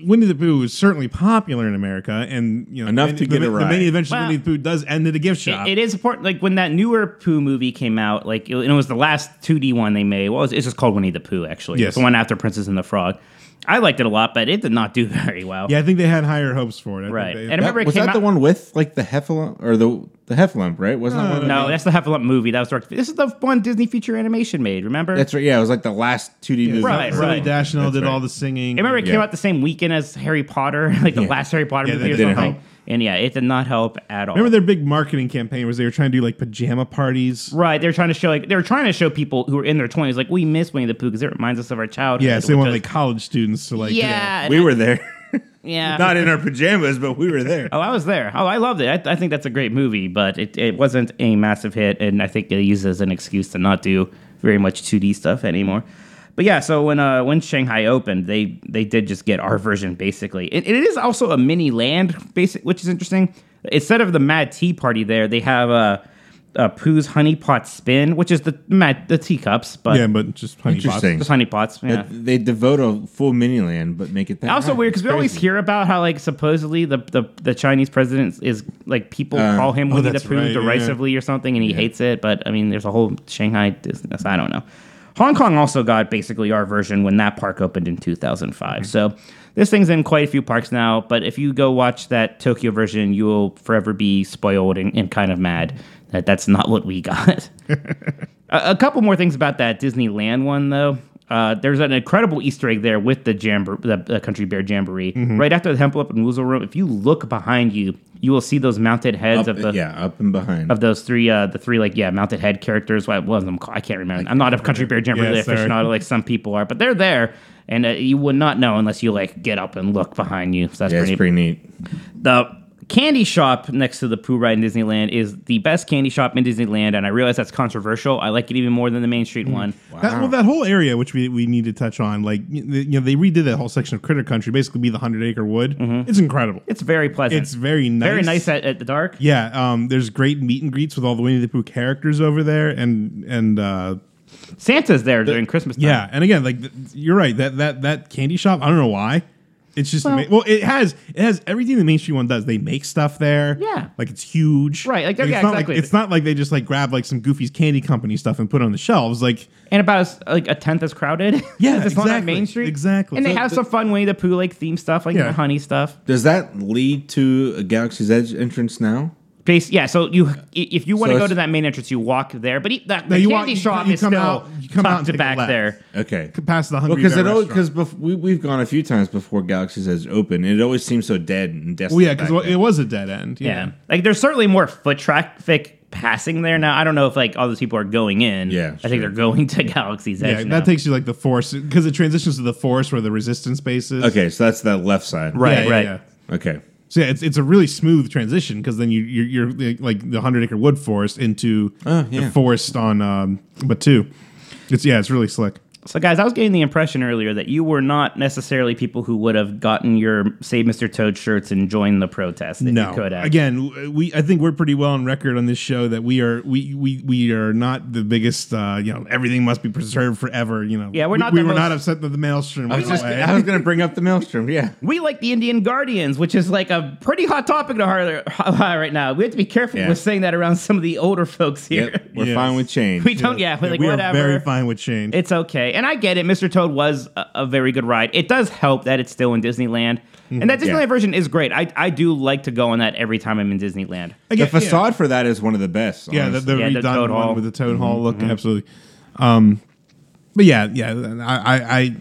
[SPEAKER 3] Winnie the Pooh is certainly popular in America, and you know
[SPEAKER 5] Enough
[SPEAKER 3] the,
[SPEAKER 5] to get
[SPEAKER 3] the,
[SPEAKER 5] a
[SPEAKER 3] The
[SPEAKER 5] ride.
[SPEAKER 3] many adventures
[SPEAKER 4] Well-
[SPEAKER 3] of Winnie the Pooh does end at a gift shop.
[SPEAKER 4] It, it is important. Like when that newer Pooh movie came out, like it, and it was the last 2D one they made. Well, it's, it's just called Winnie the Pooh. Actually,
[SPEAKER 3] Yes.
[SPEAKER 4] it's the one after Princess and the Frog. I liked it a lot, but it did not do very well.
[SPEAKER 3] yeah, I think they had higher hopes for it. I think
[SPEAKER 4] Right.
[SPEAKER 3] they-
[SPEAKER 4] And I remember it
[SPEAKER 5] was
[SPEAKER 4] came
[SPEAKER 5] that the
[SPEAKER 4] out-
[SPEAKER 5] one with like the Heffalump or the the Heffalump? Right? Wasn't that one? of
[SPEAKER 4] Uh, No,
[SPEAKER 5] the-
[SPEAKER 4] that's the Heffalump movie. That was directed. This is the one Disney feature animation made. Remember?
[SPEAKER 5] that's right. Yeah, it was like the last 2D movie.
[SPEAKER 4] Right,
[SPEAKER 3] Zoe
[SPEAKER 4] right.
[SPEAKER 3] Dashnell
[SPEAKER 5] That's
[SPEAKER 3] did
[SPEAKER 5] right.
[SPEAKER 3] all the singing.
[SPEAKER 4] I remember it came
[SPEAKER 5] Yeah.
[SPEAKER 4] out the same weekend as Harry Potter, like the last Harry Potter
[SPEAKER 3] Yeah,
[SPEAKER 4] movie
[SPEAKER 3] that
[SPEAKER 4] or
[SPEAKER 5] didn't
[SPEAKER 4] something.
[SPEAKER 5] help.
[SPEAKER 4] And yeah, it did not help at all.
[SPEAKER 3] Remember their big marketing campaign was they were trying to do like pajama parties.
[SPEAKER 4] right? They're trying to show like they're trying to show people who are in their twenties like we miss Winnie the Pooh because it reminds us of our childhood.
[SPEAKER 3] Yeah, so they
[SPEAKER 4] which
[SPEAKER 3] wanted
[SPEAKER 4] was-
[SPEAKER 3] like college students to like you know-
[SPEAKER 4] yeah,
[SPEAKER 5] We were there.
[SPEAKER 4] yeah.
[SPEAKER 5] Not in our pajamas, but we were there.
[SPEAKER 4] Oh, I was there. Oh, I loved it. I, I think that's a great movie, but it, it wasn't a massive hit, and I think they use it as an excuse to not do very much 2D stuff anymore. But yeah, so when uh, when Shanghai opened, they they did just get our version basically. It, it is also a mini land, basic, which is interesting. Instead of the Mad Tea Party, there they have uh, uh, Pooh's Honey Pot Spin, which is the mad, the teacups, but
[SPEAKER 3] yeah, but just honey pots.
[SPEAKER 5] Interesting.
[SPEAKER 4] just honey pots. Yeah.
[SPEAKER 5] They devote a full Miniland, but make it that.
[SPEAKER 4] also
[SPEAKER 5] high.
[SPEAKER 4] weird because we
[SPEAKER 5] Crazy.
[SPEAKER 4] always hear about how like supposedly the the, the Chinese president is like people call him
[SPEAKER 3] oh,
[SPEAKER 4] Winnie the
[SPEAKER 3] that's
[SPEAKER 4] Pooh
[SPEAKER 3] right, yeah.
[SPEAKER 4] derisively or something, and he hates it. But I mean, there's a whole Shanghai business. I don't know. Hong Kong also got basically our version when that park opened in 2005. So this thing's in quite a few parks now. But if you go watch that Tokyo version, you will forever be spoiled and, and kind of mad that that's not what we got. A a couple more things about that Disneyland one, though. Uh, there's an incredible Easter egg there with the jambor- the, the Country Bear Jamboree.
[SPEAKER 5] Mm-hmm.
[SPEAKER 4] Right after the Temple Up and Woozle Room, if you look behind you, you will see those mounted heads
[SPEAKER 5] Up-
[SPEAKER 4] of the
[SPEAKER 5] yeah, up and behind.
[SPEAKER 4] of those three uh, the three like yeah mounted head characters. What was them? called? I can't remember. I'm not a Country Bear Jamboree
[SPEAKER 3] Yeah, sorry.
[SPEAKER 4] aficionado like some people are, but they're there, and uh, you would not know unless you like get up and look behind you. So that's
[SPEAKER 5] yeah,
[SPEAKER 4] pretty,
[SPEAKER 5] it's pretty neat.
[SPEAKER 4] the candy shop next to the Pooh ride in Disneyland is the best candy shop in Disneyland, and I realize that's controversial. I like it even more than the Main Street
[SPEAKER 5] Mm,
[SPEAKER 4] one.
[SPEAKER 3] That, well, that whole area, which we, we need to touch on, like y- the- you know, they redid that whole section of Critter Country, basically be the Hundred Acre Wood. It's incredible.
[SPEAKER 4] Mm-hmm. It's very pleasant.
[SPEAKER 3] It's very nice.
[SPEAKER 4] very nice at, at the dark.
[SPEAKER 3] yeah, um, there's great meet and greets with all the Winnie the Pooh characters over there, and and uh,
[SPEAKER 4] Santa's there during Christmas time.
[SPEAKER 3] yeah, and again, like th- you're right that that that candy shop. I don't know why. It's just well, well, it has it has everything the Main Street one does. They make stuff there.
[SPEAKER 4] Yeah.
[SPEAKER 3] like it's huge.
[SPEAKER 4] Right, like, oh, yeah,
[SPEAKER 3] it's not
[SPEAKER 4] exactly.
[SPEAKER 3] Like, it's not like they just like grab like some Goofy's Candy Company stuff and put it on the shelves. Like
[SPEAKER 4] and about as, like a tenth as crowded.
[SPEAKER 3] Yeah,
[SPEAKER 4] as it's not on
[SPEAKER 3] exactly,
[SPEAKER 4] Main Street.
[SPEAKER 3] exactly.
[SPEAKER 4] And they
[SPEAKER 3] So
[SPEAKER 4] have
[SPEAKER 3] the-
[SPEAKER 4] some fun Winnie the Pooh like theme stuff, like
[SPEAKER 3] Yeah.
[SPEAKER 4] the honey stuff.
[SPEAKER 5] Does that lead to a Galaxy's Edge entrance now?
[SPEAKER 4] Bas- yeah, so you if you want
[SPEAKER 5] So
[SPEAKER 4] to go
[SPEAKER 5] it's-
[SPEAKER 4] to that main entrance, you walk there. But e- that, the
[SPEAKER 3] you walk-
[SPEAKER 4] candy
[SPEAKER 3] you
[SPEAKER 4] shop
[SPEAKER 3] come- you
[SPEAKER 4] is
[SPEAKER 3] come
[SPEAKER 4] still
[SPEAKER 3] out- you come out and
[SPEAKER 4] tucked
[SPEAKER 3] take a
[SPEAKER 4] back
[SPEAKER 3] left.
[SPEAKER 4] there.
[SPEAKER 5] Okay.
[SPEAKER 3] past the
[SPEAKER 5] Well,
[SPEAKER 3] hungry
[SPEAKER 5] because
[SPEAKER 3] bear
[SPEAKER 5] it always
[SPEAKER 3] restaurant.
[SPEAKER 5] because we we've gone a few times before Galaxy's Edge open, and it always seems so dead and desolate.
[SPEAKER 3] well, yeah,
[SPEAKER 5] back
[SPEAKER 3] because
[SPEAKER 5] there.
[SPEAKER 3] it was a dead end.
[SPEAKER 4] Yeah. like there's certainly more foot traffic passing there now. I don't know if like all those people are going in.
[SPEAKER 5] Yeah,
[SPEAKER 4] I think
[SPEAKER 5] sure.
[SPEAKER 4] they're going to Galaxy's
[SPEAKER 3] yeah,
[SPEAKER 4] Edge. now.
[SPEAKER 3] that takes you like the forest because it transitions to the forest where the resistance base is.
[SPEAKER 5] okay, so that's that left side,
[SPEAKER 4] Right,
[SPEAKER 3] yeah,
[SPEAKER 4] right.
[SPEAKER 3] yeah.
[SPEAKER 5] Okay,
[SPEAKER 3] So yeah, it's it's a really smooth transition because then you you're, you're like the hundred acre wood forest into
[SPEAKER 5] Oh, yeah.
[SPEAKER 3] the forest on um, Batu. It's yeah, it's really slick.
[SPEAKER 4] So, guys, I was getting the impression earlier that you were not necessarily people who would have gotten your Save Mr. Toad shirts and joined the protest. If
[SPEAKER 3] No,
[SPEAKER 4] you could have.
[SPEAKER 3] again, we I think we're pretty well on record on this show that we are we we, we are not the biggest. Uh, you know, everything must be preserved forever. You know,
[SPEAKER 4] Yeah, we're
[SPEAKER 3] We-
[SPEAKER 4] not
[SPEAKER 3] We,
[SPEAKER 4] the
[SPEAKER 3] were
[SPEAKER 4] most-
[SPEAKER 3] not upset that the maelstrom
[SPEAKER 5] I
[SPEAKER 3] went
[SPEAKER 5] was just
[SPEAKER 3] away.
[SPEAKER 5] I was gonna bring up the maelstrom. Yeah,
[SPEAKER 4] We like the Indian Guardians, which is like a pretty hot topic to har- right now. We have to be careful
[SPEAKER 5] Yeah.
[SPEAKER 4] with saying that around some of the older folks here.
[SPEAKER 5] yep, we're
[SPEAKER 3] Yes.
[SPEAKER 5] fine with change.
[SPEAKER 4] We don't, yeah, we're
[SPEAKER 3] Yeah,
[SPEAKER 4] like,
[SPEAKER 3] we
[SPEAKER 4] whatever.
[SPEAKER 3] are very fine with change.
[SPEAKER 4] It's okay. And I get it. Mr. Toad was a, a very good ride. It does help that it's still in Disneyland. And
[SPEAKER 3] Mm-hmm.
[SPEAKER 4] that Disneyland
[SPEAKER 5] Yeah.
[SPEAKER 4] version is great. I, I do like to go on that every time I'm in Disneyland.
[SPEAKER 5] the
[SPEAKER 3] Again, yeah.
[SPEAKER 5] facade for that is one of the best.
[SPEAKER 3] Yeah, the, the
[SPEAKER 4] Yeah, the
[SPEAKER 3] redone one
[SPEAKER 4] Toad Hall. Mm-hmm.
[SPEAKER 3] with the toad hall look, absolutely. Um, but yeah, yeah, I, I, I,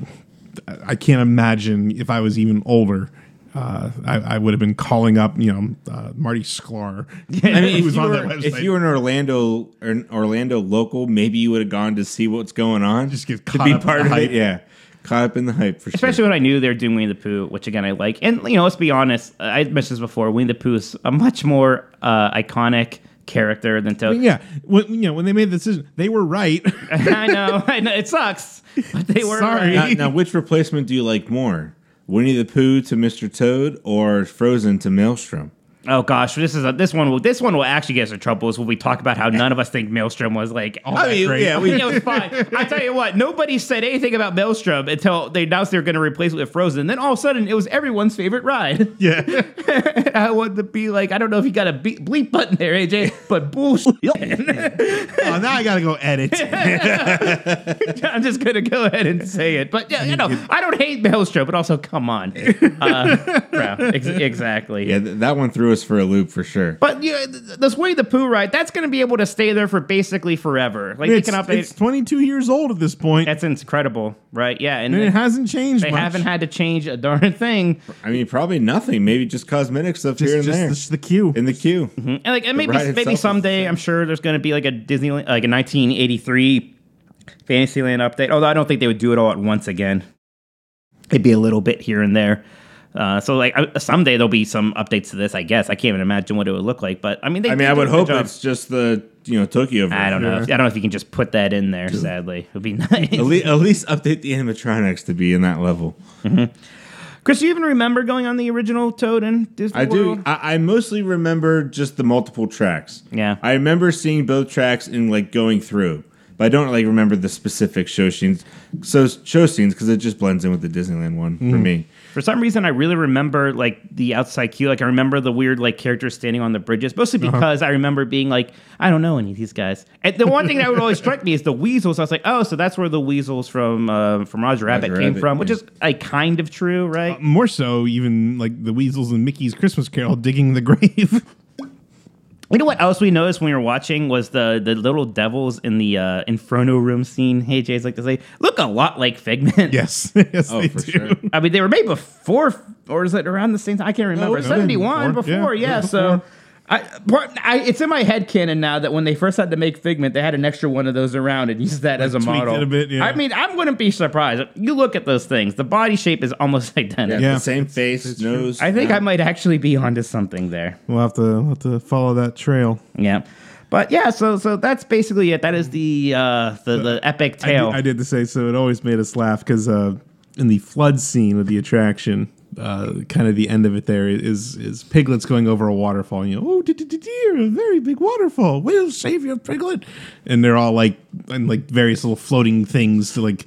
[SPEAKER 3] I can't imagine if I was even older. Uh, I, I would have been calling up, you know, uh, Marty Sklar.
[SPEAKER 5] I mean,
[SPEAKER 3] who
[SPEAKER 5] if
[SPEAKER 3] was
[SPEAKER 5] you,
[SPEAKER 3] on
[SPEAKER 5] were,
[SPEAKER 3] that website.
[SPEAKER 5] if you were an Orlando or an Orlando local, maybe you would have gone to see what's going on.
[SPEAKER 3] Just get
[SPEAKER 5] to
[SPEAKER 3] caught
[SPEAKER 5] be
[SPEAKER 3] up in
[SPEAKER 5] part
[SPEAKER 3] the
[SPEAKER 5] of
[SPEAKER 3] hype.
[SPEAKER 5] it. Yeah, caught up in the hype for
[SPEAKER 4] Especially
[SPEAKER 5] sure.
[SPEAKER 4] when I knew they were doing Winnie the Pooh, which again I like. And you know, let's be honest. I mentioned this before. Winnie the Pooh is a much more uh, iconic character than Toad.
[SPEAKER 3] yeah, when, you know, when they made the decision, they were right.
[SPEAKER 4] I know. I know. It sucks, but they were
[SPEAKER 3] Sorry.
[SPEAKER 4] right.
[SPEAKER 5] now, now, which replacement do you like more, Winnie the Pooh to Mr. Toad or Frozen to Maelstrom?
[SPEAKER 4] Oh gosh, this is a, this one. Will, this one will actually get us in trouble. Is when we talk about how none of us think Maelstrom was like. Oh,
[SPEAKER 3] that great.
[SPEAKER 4] it was fine. I tell you what, nobody said anything about Maelstrom until they announced they were going to replace it with Frozen. Then all of a sudden, it was everyone's favorite ride.
[SPEAKER 3] yeah,
[SPEAKER 4] I want to be like, I don't know if you got a be- bleep button there, AJ, but bullshit.
[SPEAKER 3] oh, now I gotta go edit.
[SPEAKER 4] I'm just gonna go ahead and say it. But yeah, you know, I don't hate Maelstrom, but also come on, uh, bro, ex- exactly.
[SPEAKER 5] Yeah, th- that one threw us for a loop for sure.
[SPEAKER 4] But you know, th- th- this Winnie the Pooh ride, that's going to be able to stay there for basically forever. Like
[SPEAKER 3] It's,
[SPEAKER 4] they can update.
[SPEAKER 3] it's 22 years old at this point,
[SPEAKER 4] that's incredible, right? Yeah, and
[SPEAKER 3] and
[SPEAKER 4] they,
[SPEAKER 3] it hasn't changed.
[SPEAKER 4] they
[SPEAKER 3] much.
[SPEAKER 4] haven't had to change a darn thing.
[SPEAKER 5] I mean, probably nothing. Maybe just cosmetic stuff
[SPEAKER 3] just,
[SPEAKER 5] here and
[SPEAKER 3] just
[SPEAKER 5] there
[SPEAKER 3] the, Mm-hmm. just the queue.
[SPEAKER 5] in the queue.
[SPEAKER 4] And like, and maybe
[SPEAKER 5] ride itself
[SPEAKER 4] maybe
[SPEAKER 5] is the
[SPEAKER 4] someday, I'm sure there's going to be like a Disneyland, like a 1983 Fantasyland update. Although I don't think they would do it all at once again. It'd be a little bit here and there. Uh, so like I, someday there'll be some updates to this. I guess I can't even imagine what it would look like. But I mean, they
[SPEAKER 5] I mean,
[SPEAKER 4] did
[SPEAKER 5] I
[SPEAKER 4] do a
[SPEAKER 5] would
[SPEAKER 4] good
[SPEAKER 5] hope
[SPEAKER 4] job.
[SPEAKER 5] it's just the you know Tokyo.
[SPEAKER 4] I don't know.
[SPEAKER 5] version.
[SPEAKER 4] If, I don't know if you can just put that in there. Sadly, it would be nice.
[SPEAKER 5] At, le- at least update the animatronics to be in that level.
[SPEAKER 4] Chris, do you even remember going on the original Toad in Disney
[SPEAKER 5] I do.
[SPEAKER 4] World?
[SPEAKER 5] I, I mostly remember just the multiple tracks.
[SPEAKER 4] Yeah.
[SPEAKER 5] I remember seeing both tracks and like going through, but I don't like remember the specific show scenes. So show scenes because it just blends in with the Disneyland one for me.
[SPEAKER 4] For some reason, I really remember like the outside queue. Like I remember the weird like characters standing on the bridges, mostly because I remember being like, I don't know any of these guys. And the one thing that would always strike me is the weasels. I was like, oh, so that's where the weasels from uh, from Roger Rabbit came
[SPEAKER 5] Rabbit,
[SPEAKER 4] from, which
[SPEAKER 5] yeah.
[SPEAKER 4] is like kind of true, right?
[SPEAKER 3] more so even like the weasels and mickey's christmas carol digging the grave
[SPEAKER 4] you know what else we noticed when we were watching was the the little devils in the uh, Inferno room scene. Hey, Jay's like to say, look a lot like Figment.
[SPEAKER 3] yes yes
[SPEAKER 5] Oh,
[SPEAKER 3] they
[SPEAKER 5] for
[SPEAKER 3] do.
[SPEAKER 5] sure.
[SPEAKER 4] I mean, they were made before, or is it around the same time? I can't remember.
[SPEAKER 3] it was
[SPEAKER 4] Seventy one
[SPEAKER 3] before.
[SPEAKER 4] before,
[SPEAKER 3] Yeah,
[SPEAKER 4] yeah.
[SPEAKER 3] it was
[SPEAKER 4] so,
[SPEAKER 3] before.
[SPEAKER 4] I, part, I it's in my head canon now that when they first had to make Figment, they had an extra one of those around and used that as a
[SPEAKER 3] tweaked
[SPEAKER 4] model.
[SPEAKER 3] it a bit, yeah.
[SPEAKER 4] I mean, I wouldn't be surprised. You look at those things; the body shape is almost identical.
[SPEAKER 3] Yeah.
[SPEAKER 5] the same face, nose.
[SPEAKER 4] I think I might actually be onto something there.
[SPEAKER 3] we'll have to we'll have to follow that trail
[SPEAKER 4] Yeah, but yeah, so so that's basically it. That is the uh, the, the epic
[SPEAKER 3] I did,
[SPEAKER 4] tale.
[SPEAKER 3] I did to say so it always made us laugh because uh in the flood scene with the attraction uh kind of the end of it there is is piglets going over a waterfall and you know oh de- de- de- dear a very big waterfall we'll save your piglet and they're all like and like various little floating things to like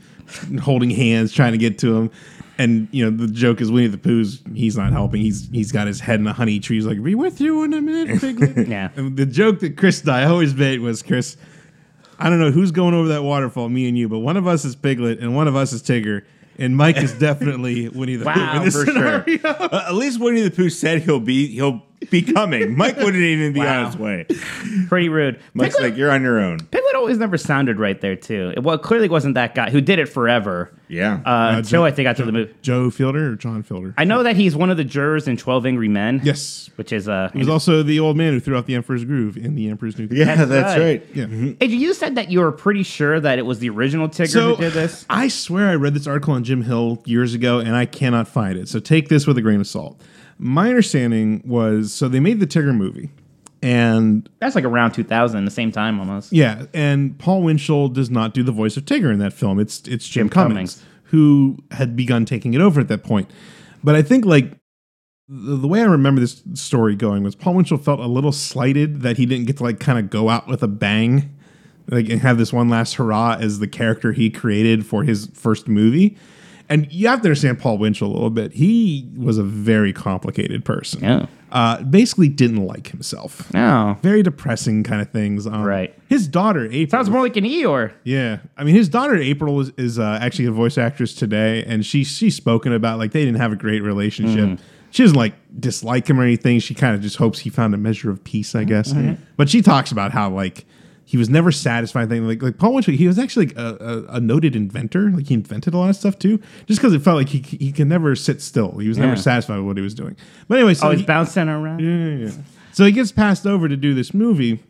[SPEAKER 3] holding hands trying to get to him and you know the joke is Winnie the Pooh's he's not helping he's he's got his head in a honey tree he's like be with you in a minute piglet
[SPEAKER 4] Yeah.
[SPEAKER 3] and the joke that Chris and I always made was Chris I don't know who's going over that waterfall, me and you, but one of us is Piglet and one of us is Tigger, and Mike is definitely Winnie the Pooh.
[SPEAKER 4] Wow,
[SPEAKER 3] in this
[SPEAKER 5] for sure.
[SPEAKER 3] scenario.
[SPEAKER 5] Uh, at least Winnie the Pooh said he'll be he'll be coming. Mike wouldn't even be
[SPEAKER 4] Wow.
[SPEAKER 5] on his way.
[SPEAKER 4] Pretty rude.
[SPEAKER 5] Mike's
[SPEAKER 4] Piglet,
[SPEAKER 5] like, you're on your own.
[SPEAKER 4] Piglet always never sounded right there too. It, well, it clearly wasn't that guy who did it forever.
[SPEAKER 5] Yeah.
[SPEAKER 4] Uh, until
[SPEAKER 3] Jo-
[SPEAKER 4] I think after the movie.
[SPEAKER 3] Joe Fielder or John Fielder?
[SPEAKER 4] I know that he's one of the jurors in Twelve Angry Men.
[SPEAKER 3] yes.
[SPEAKER 4] Which is uh.
[SPEAKER 3] He was also the old man who threw out the Emperor's Groove in the Emperor's New Groove.
[SPEAKER 5] yeah,
[SPEAKER 4] that's
[SPEAKER 5] that's,
[SPEAKER 4] right.
[SPEAKER 5] right.
[SPEAKER 3] Yeah.
[SPEAKER 4] Hey, you said that you were pretty sure that it was the original Tigger
[SPEAKER 3] So
[SPEAKER 4] who did this.
[SPEAKER 3] I swear I read this article on Jim Hill years ago and I cannot find it. So take this with a grain of salt. My understanding was so they made the Tigger movie and
[SPEAKER 4] That's like around 2000, the same time almost.
[SPEAKER 3] Yeah, and Paul Winchell does not do the voice of Tigger in that film. It's it's Jim,
[SPEAKER 4] Jim
[SPEAKER 3] Cummings,
[SPEAKER 4] Cummings.
[SPEAKER 3] who had begun taking it over at that point. But I think like the, the way I remember this story going was Paul Winchell felt a little slighted that he didn't get to like kind of go out with a bang, like and have this one last hurrah as the character he created for his first movie. And you have to understand Paul Winchell a little bit. He was a very complicated person.
[SPEAKER 4] Yeah. Oh.
[SPEAKER 3] Uh, basically, didn't like himself
[SPEAKER 4] No.
[SPEAKER 3] very depressing kind of things. Um,
[SPEAKER 4] Right.
[SPEAKER 3] His daughter April.
[SPEAKER 4] Sounds more like an Eeyore.
[SPEAKER 3] yeah. I mean, his daughter April is, is uh, actually a voice actress today, and she she's spoken about like they didn't have a great relationship.
[SPEAKER 4] Mm-hmm.
[SPEAKER 3] She doesn't like dislike him or anything. She kind of just hopes he found a measure of peace, I guess.
[SPEAKER 4] Mm-hmm.
[SPEAKER 3] But she talks about how like he was never satisfied. Thing like like Paul Winchell, he was actually like, a, a, a noted inventor. Like he invented a lot of stuff too, just because it felt like he he could never sit still. He was
[SPEAKER 4] Yeah.
[SPEAKER 3] never satisfied with what he was doing. But anyway, so
[SPEAKER 4] Oh, he's
[SPEAKER 3] he-
[SPEAKER 4] bouncing around.
[SPEAKER 3] so he gets passed over to do this movie.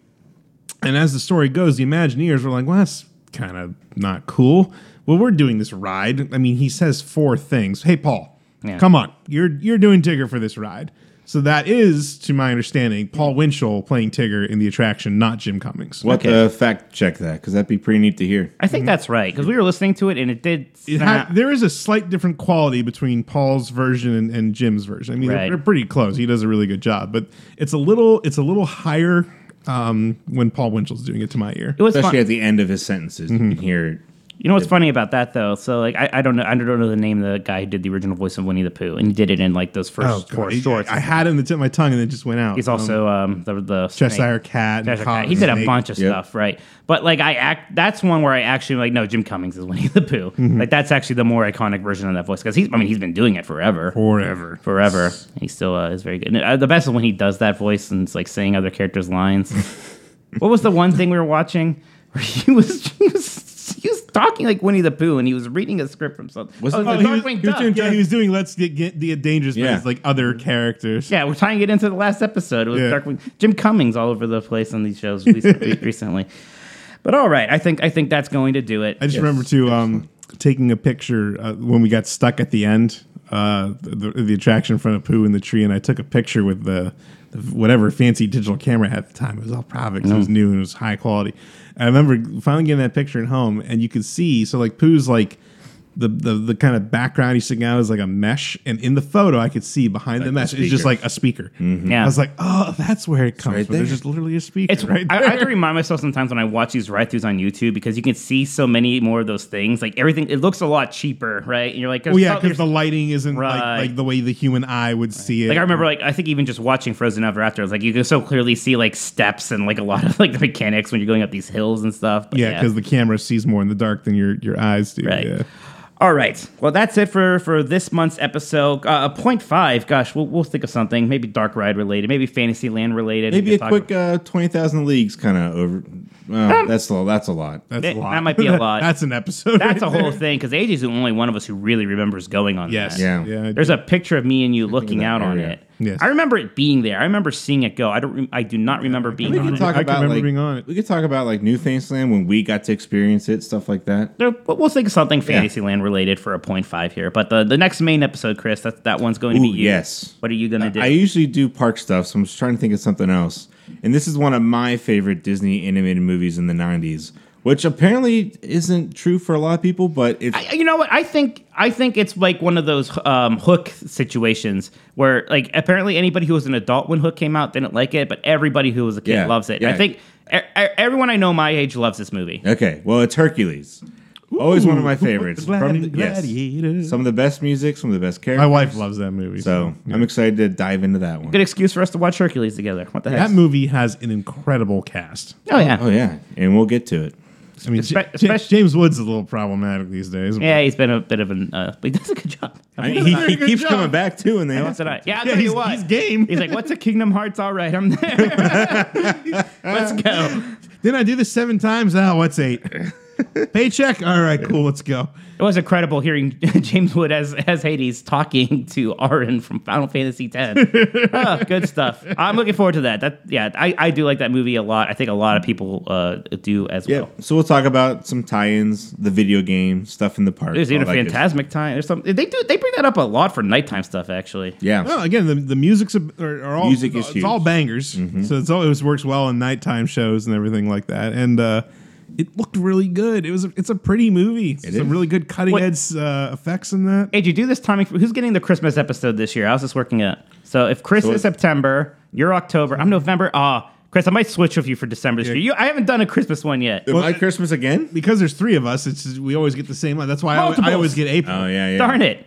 [SPEAKER 3] And as the story goes, the Imagineers were like, well, that's kind of not cool. Well, we're doing this ride. I mean, he says four things. Hey, Paul,
[SPEAKER 4] Yeah.
[SPEAKER 3] come on. You're you're doing Tigger for this ride. So that is, to my understanding, Paul Winchell playing Tigger in the attraction, not Jim Cummings.
[SPEAKER 5] What
[SPEAKER 4] Okay.
[SPEAKER 5] the fact check that? Because that'd be pretty neat to hear.
[SPEAKER 4] I think that's right because we were listening to it and it did.
[SPEAKER 3] It
[SPEAKER 4] sound-
[SPEAKER 3] had, there is a slight different quality between Paul's version and, and Jim's version. I mean, they're-
[SPEAKER 4] Right.
[SPEAKER 3] they're, pretty close. He does a really good job, but it's a little it's a little higher um, when Paul Winchell's doing it to my ear.
[SPEAKER 4] it was fun.
[SPEAKER 5] Especially at the end of his sentences, you can hear it.
[SPEAKER 4] You know what's funny about that though? So like I, I don't know I don't know the name of the guy who did the original voice of Winnie the Pooh and he did it in like those
[SPEAKER 3] Oh,
[SPEAKER 4] first four
[SPEAKER 3] God.
[SPEAKER 4] shorts.
[SPEAKER 3] I had it in the tip of my tongue and it just went out.
[SPEAKER 4] He's also um, the the snake.
[SPEAKER 3] Cheshire Cat. and
[SPEAKER 4] Cheshire
[SPEAKER 3] Cobb
[SPEAKER 4] Cat. He
[SPEAKER 3] and
[SPEAKER 4] did a
[SPEAKER 3] Snake.
[SPEAKER 4] bunch of
[SPEAKER 5] Yep.
[SPEAKER 4] stuff, right? But like I act that's one where I actually like no Jim Cummings is Winnie the Pooh.
[SPEAKER 3] Mm-hmm.
[SPEAKER 4] Like that's actually the more iconic version of that voice because he's I mean he's been doing it forever.
[SPEAKER 3] Forever.
[SPEAKER 4] Forever. And He still uh, is very good. And, uh, the best is when he does that voice and it's like saying other characters' lines. what was the one thing we were watching where he was he was he was talking like Winnie the Pooh and he was reading a script from something.
[SPEAKER 5] Was-
[SPEAKER 4] oh, it
[SPEAKER 3] Oh,
[SPEAKER 4] was
[SPEAKER 3] he,
[SPEAKER 4] the
[SPEAKER 3] was,
[SPEAKER 4] Darkwing
[SPEAKER 3] he was
[SPEAKER 4] Duck.
[SPEAKER 3] doing,
[SPEAKER 4] yeah.
[SPEAKER 3] he was doing Let's Get, Get the Dangerous
[SPEAKER 5] Yeah.
[SPEAKER 3] Ones, like other characters.
[SPEAKER 4] Yeah, we're tying it into the last episode. It was
[SPEAKER 3] Yeah.
[SPEAKER 4] Darkwing Jim Cummings all over the place on these shows recently. recently. But all right, I think I think that's going to do it.
[SPEAKER 3] I just remember too um, taking a picture uh, when we got stuck at the end, uh, the, the attraction in front of Pooh in the tree, and I took a picture with the, the whatever fancy digital camera I had at the time. It was all private 'cause it
[SPEAKER 5] Mm.
[SPEAKER 3] was new and it was high quality. And I remember finally getting that picture at home, and you could see so like Pooh's like. The, the, the kind of background he's sitting out is like a mesh, and in the photo I could see behind the
[SPEAKER 5] the
[SPEAKER 3] mesh it's just
[SPEAKER 5] speaker. Mm-hmm.
[SPEAKER 3] like a speaker.
[SPEAKER 4] Yeah.
[SPEAKER 3] I was like, oh, that's where it comes
[SPEAKER 5] right
[SPEAKER 3] from. There's
[SPEAKER 5] there.
[SPEAKER 3] just literally a speaker
[SPEAKER 4] it's
[SPEAKER 3] right
[SPEAKER 4] I,
[SPEAKER 3] there.
[SPEAKER 4] I have to remind myself sometimes when I watch these ride throughs on YouTube because you can see so many more of those things. Like everything, it looks a lot cheaper, right? And you're like,
[SPEAKER 3] well, Oh, yeah,
[SPEAKER 4] there's-
[SPEAKER 3] because the lighting isn't
[SPEAKER 4] Right.
[SPEAKER 3] like, like the way the human eye would see it.
[SPEAKER 4] like I remember, like I think even just watching Frozen Ever After, it's like you can so clearly see like steps and like a lot of like the mechanics when you're going up these hills and stuff. But
[SPEAKER 3] Yeah, because the camera sees more in the dark than your your eyes do.
[SPEAKER 4] Right.
[SPEAKER 3] Yeah.
[SPEAKER 4] All right. Well, that's it for for this month's episode. Uh, point five. Gosh, we'll, we'll think of something. Maybe Dark Ride related. Maybe Fantasyland related.
[SPEAKER 5] Maybe
[SPEAKER 4] We
[SPEAKER 5] a
[SPEAKER 4] could talk
[SPEAKER 5] quick uh, twenty thousand leagues kind of over. Well,
[SPEAKER 3] Um,
[SPEAKER 5] that's a that's a lot.
[SPEAKER 3] That's
[SPEAKER 4] That-
[SPEAKER 3] a lot.
[SPEAKER 4] that might be a lot.
[SPEAKER 3] That's an episode.
[SPEAKER 4] That's
[SPEAKER 3] right
[SPEAKER 4] a whole
[SPEAKER 3] there.
[SPEAKER 4] thing because AJ's the only one of us who really remembers going on
[SPEAKER 3] Yes.
[SPEAKER 4] that.
[SPEAKER 5] Yeah.
[SPEAKER 3] Yeah. I
[SPEAKER 4] There's
[SPEAKER 3] do.
[SPEAKER 4] a picture of me and you looking
[SPEAKER 5] that
[SPEAKER 4] out on
[SPEAKER 5] area.
[SPEAKER 4] it.
[SPEAKER 3] Yes.
[SPEAKER 4] I remember it being there. I remember seeing it go. I don't. Re- I do not remember being
[SPEAKER 5] We
[SPEAKER 4] on
[SPEAKER 5] could
[SPEAKER 4] it.
[SPEAKER 5] talk
[SPEAKER 3] I can
[SPEAKER 5] about
[SPEAKER 3] remember
[SPEAKER 5] like
[SPEAKER 3] being on it.
[SPEAKER 5] we could talk about like New Fantasyland when we got to experience it, stuff like that.
[SPEAKER 4] There- but we'll think of something Fantasyland related for a point five here. But the, the next main episode, Chris, that that one's going to be
[SPEAKER 5] Ooh,
[SPEAKER 4] you.
[SPEAKER 5] yes.
[SPEAKER 4] What are you going to do?
[SPEAKER 5] I usually do park stuff, so I'm just trying to think of something else. And this is one of my favorite Disney animated movies in the '90s, which apparently isn't true for a lot of people, but it's
[SPEAKER 4] I- you know what I think? I think it's like one of those um, Hook situations where, like, apparently anybody who was an adult when Hook came out didn't like it, but everybody who was a kid
[SPEAKER 5] Yeah,
[SPEAKER 4] loves it.
[SPEAKER 5] yeah.
[SPEAKER 4] I think e- e- everyone I know my age loves this movie.
[SPEAKER 5] Okay, well, it's Hercules. Always one of my favorites.
[SPEAKER 3] Glad-
[SPEAKER 5] From the-
[SPEAKER 3] gladiator.
[SPEAKER 5] yes. Some of the best music, some of the best characters.
[SPEAKER 3] My wife loves that movie.
[SPEAKER 5] So I'm excited to dive into that one.
[SPEAKER 4] Good excuse for us to watch Hercules together. What the heck?
[SPEAKER 3] that movie has an incredible cast.
[SPEAKER 4] oh yeah,
[SPEAKER 5] Oh yeah, and we'll get to it.
[SPEAKER 3] I mean,
[SPEAKER 4] Espe-
[SPEAKER 3] J- J-
[SPEAKER 4] especially-
[SPEAKER 3] James Woods is a little problematic these days.
[SPEAKER 4] yeah. He's been a bit of an. Uh, but he does a good job.
[SPEAKER 5] I mean, he, he
[SPEAKER 3] Good
[SPEAKER 5] keeps
[SPEAKER 3] job.
[SPEAKER 5] coming back too, and they
[SPEAKER 4] That's what I. Yeah, I'll
[SPEAKER 3] Yeah,
[SPEAKER 4] tell
[SPEAKER 3] he's,
[SPEAKER 4] you what.
[SPEAKER 3] he's game.
[SPEAKER 4] He's like, "What's a Kingdom Hearts?" All right, I'm there. Let's go.
[SPEAKER 3] Then I do this seven times. Oh, what's eight? Paycheck. All right, cool. Let's go.
[SPEAKER 4] It was incredible hearing James Wood as as Hades talking to Arin from Final Fantasy X. oh, good stuff. I'm looking forward to that. That yeah, I, I do like that movie a lot. I think a lot of people uh, do as
[SPEAKER 5] Yeah.
[SPEAKER 4] well.
[SPEAKER 5] So we'll talk about some tie-ins, the video game stuff in the park.
[SPEAKER 4] There's even
[SPEAKER 5] all that good stuff.
[SPEAKER 4] Phantasmic time. There's some they do they bring that up a lot for nighttime stuff actually.
[SPEAKER 5] Yeah.
[SPEAKER 3] Well, again, the, the music's a- are, are all
[SPEAKER 5] Music is
[SPEAKER 3] it's
[SPEAKER 5] huge. Mm-hmm.
[SPEAKER 3] all bangers, so it's always works well in nighttime shows and everything like that. And uh, it looked really good. It was a, it's a pretty movie. It's
[SPEAKER 5] is.
[SPEAKER 3] some really good cutting
[SPEAKER 4] What-
[SPEAKER 3] edge uh, effects in that.
[SPEAKER 4] Hey, do you do this timing? Who's getting the Christmas episode this year? How's this working out? So if Chris
[SPEAKER 5] So
[SPEAKER 4] is
[SPEAKER 5] it-
[SPEAKER 4] September, you're October. I'm November. Ah, Chris, I might switch with you for December this
[SPEAKER 3] Yeah.
[SPEAKER 4] year. You, I haven't done a Christmas one yet.
[SPEAKER 5] Am
[SPEAKER 3] well,
[SPEAKER 5] I Christmas again?
[SPEAKER 3] Because there's three of us, it's just- we always get the same. line. That's why I, always- I
[SPEAKER 4] Multiples.
[SPEAKER 3] always get April.
[SPEAKER 5] Oh yeah, yeah.
[SPEAKER 4] Darn it.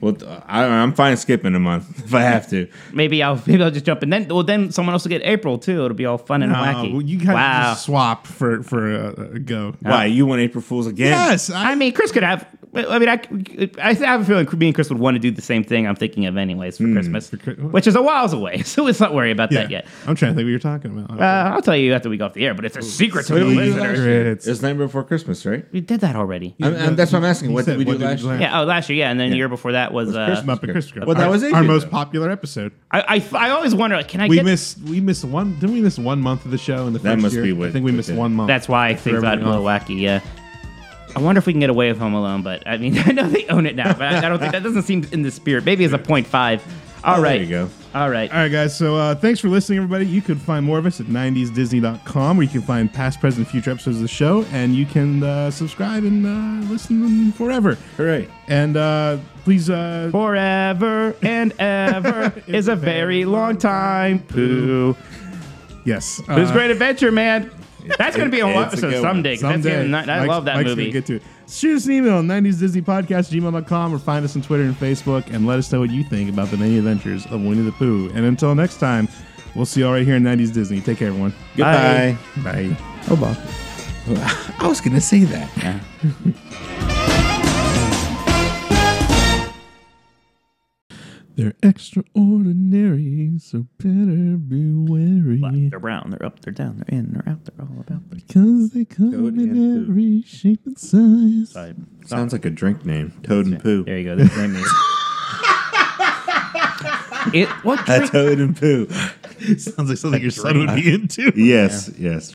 [SPEAKER 5] Well, I, I'm fine skipping a month if I have to.
[SPEAKER 4] Maybe I'll maybe I'll just jump in. Then well, then someone else will get April too. It'll be all fun and
[SPEAKER 3] No,
[SPEAKER 4] wacky.
[SPEAKER 3] well, you gotta
[SPEAKER 4] wow.
[SPEAKER 3] just swap for for a, a go.
[SPEAKER 5] Why you want April Fools again?
[SPEAKER 3] Yes, I,
[SPEAKER 4] I mean, Chris could have. I mean, I, I have a feeling me and Chris would want to do the same thing I'm thinking of anyways
[SPEAKER 3] Hmm.
[SPEAKER 4] for Christmas, which is a whiles away. So let's not worry about
[SPEAKER 3] yeah.
[SPEAKER 4] that yet.
[SPEAKER 3] I'm trying to think what you're talking about.
[SPEAKER 4] Uh, I'll tell you after we go off the air, but it's a secret to the
[SPEAKER 5] What did we do
[SPEAKER 4] listeners.
[SPEAKER 5] last year?
[SPEAKER 3] Secrets.
[SPEAKER 5] It's night before Christmas, right?
[SPEAKER 4] We did that already.
[SPEAKER 5] I'm- I'm- that's what I'm asking.
[SPEAKER 3] He
[SPEAKER 5] What
[SPEAKER 3] said,
[SPEAKER 5] did we do
[SPEAKER 3] what did we
[SPEAKER 5] last
[SPEAKER 3] do
[SPEAKER 5] year?
[SPEAKER 3] last-
[SPEAKER 4] Yeah. Oh, last year. Yeah, and then the year before that was. Uh,
[SPEAKER 5] Christmas.
[SPEAKER 3] Muppet Christmas.
[SPEAKER 5] Well, that was
[SPEAKER 3] our,
[SPEAKER 5] Adrian,
[SPEAKER 3] our most
[SPEAKER 5] though.
[SPEAKER 3] popular episode.
[SPEAKER 4] I, I I always wonder. Like, can I
[SPEAKER 3] We
[SPEAKER 4] get?
[SPEAKER 3] missed we missed one. Didn't we miss one month of the show in the
[SPEAKER 5] That
[SPEAKER 3] first
[SPEAKER 5] must
[SPEAKER 3] year?
[SPEAKER 5] be what-
[SPEAKER 3] I think we
[SPEAKER 5] what
[SPEAKER 3] missed
[SPEAKER 5] did it.
[SPEAKER 3] one month.
[SPEAKER 4] That's why things got a
[SPEAKER 3] everything
[SPEAKER 4] little wacky. Yeah. I wonder if we can get away with Home Alone, but I mean, I know they own it now, but I, I don't think that doesn't seem in the spirit. Maybe it's a point five. All
[SPEAKER 5] Oh, there
[SPEAKER 4] right.
[SPEAKER 5] you go.
[SPEAKER 4] All right.
[SPEAKER 3] All right, guys. So uh, thanks for listening, everybody. You can find more of us at 90sdisney.com, where you can find past, present, and future episodes of the show, and you can uh, subscribe and uh, listen forever.
[SPEAKER 5] Hooray!
[SPEAKER 3] And uh, please, uh,
[SPEAKER 4] Forever and ever is a very long time. Pooh.
[SPEAKER 3] yes,
[SPEAKER 4] It was
[SPEAKER 3] uh,
[SPEAKER 4] a great adventure, man. That's going to be a whole
[SPEAKER 5] It's a
[SPEAKER 4] episode
[SPEAKER 5] good one.
[SPEAKER 4] someday. 'cause that's
[SPEAKER 3] Someday.
[SPEAKER 4] gonna- I
[SPEAKER 3] Mike's-
[SPEAKER 4] love that
[SPEAKER 3] Mike's
[SPEAKER 4] movie.
[SPEAKER 3] Gonna get to it. Shoot us an email, 90sDisneyPodcast@gmail.com, or find us on Twitter and Facebook, and let us know what you think about the many adventures of Winnie the Pooh. And until next time, we'll see you all right here in 90s Disney. Take care, everyone.
[SPEAKER 5] Goodbye.
[SPEAKER 3] Bye. Oh, bye.
[SPEAKER 5] I was gonna say that.
[SPEAKER 3] They're extraordinary, so better be wary.
[SPEAKER 4] They're brown. They're up. They're down. They're in. They're out. They're all about.
[SPEAKER 3] Because they come
[SPEAKER 5] Toad
[SPEAKER 3] in
[SPEAKER 5] and Pooh.
[SPEAKER 3] every shape and size.
[SPEAKER 5] Sounds like a drink name. Toad and Pooh.
[SPEAKER 4] There you go. That's brand new. it what
[SPEAKER 5] That's Toad and Poo.
[SPEAKER 3] Sounds like something your son would be into.
[SPEAKER 5] Yes, yes.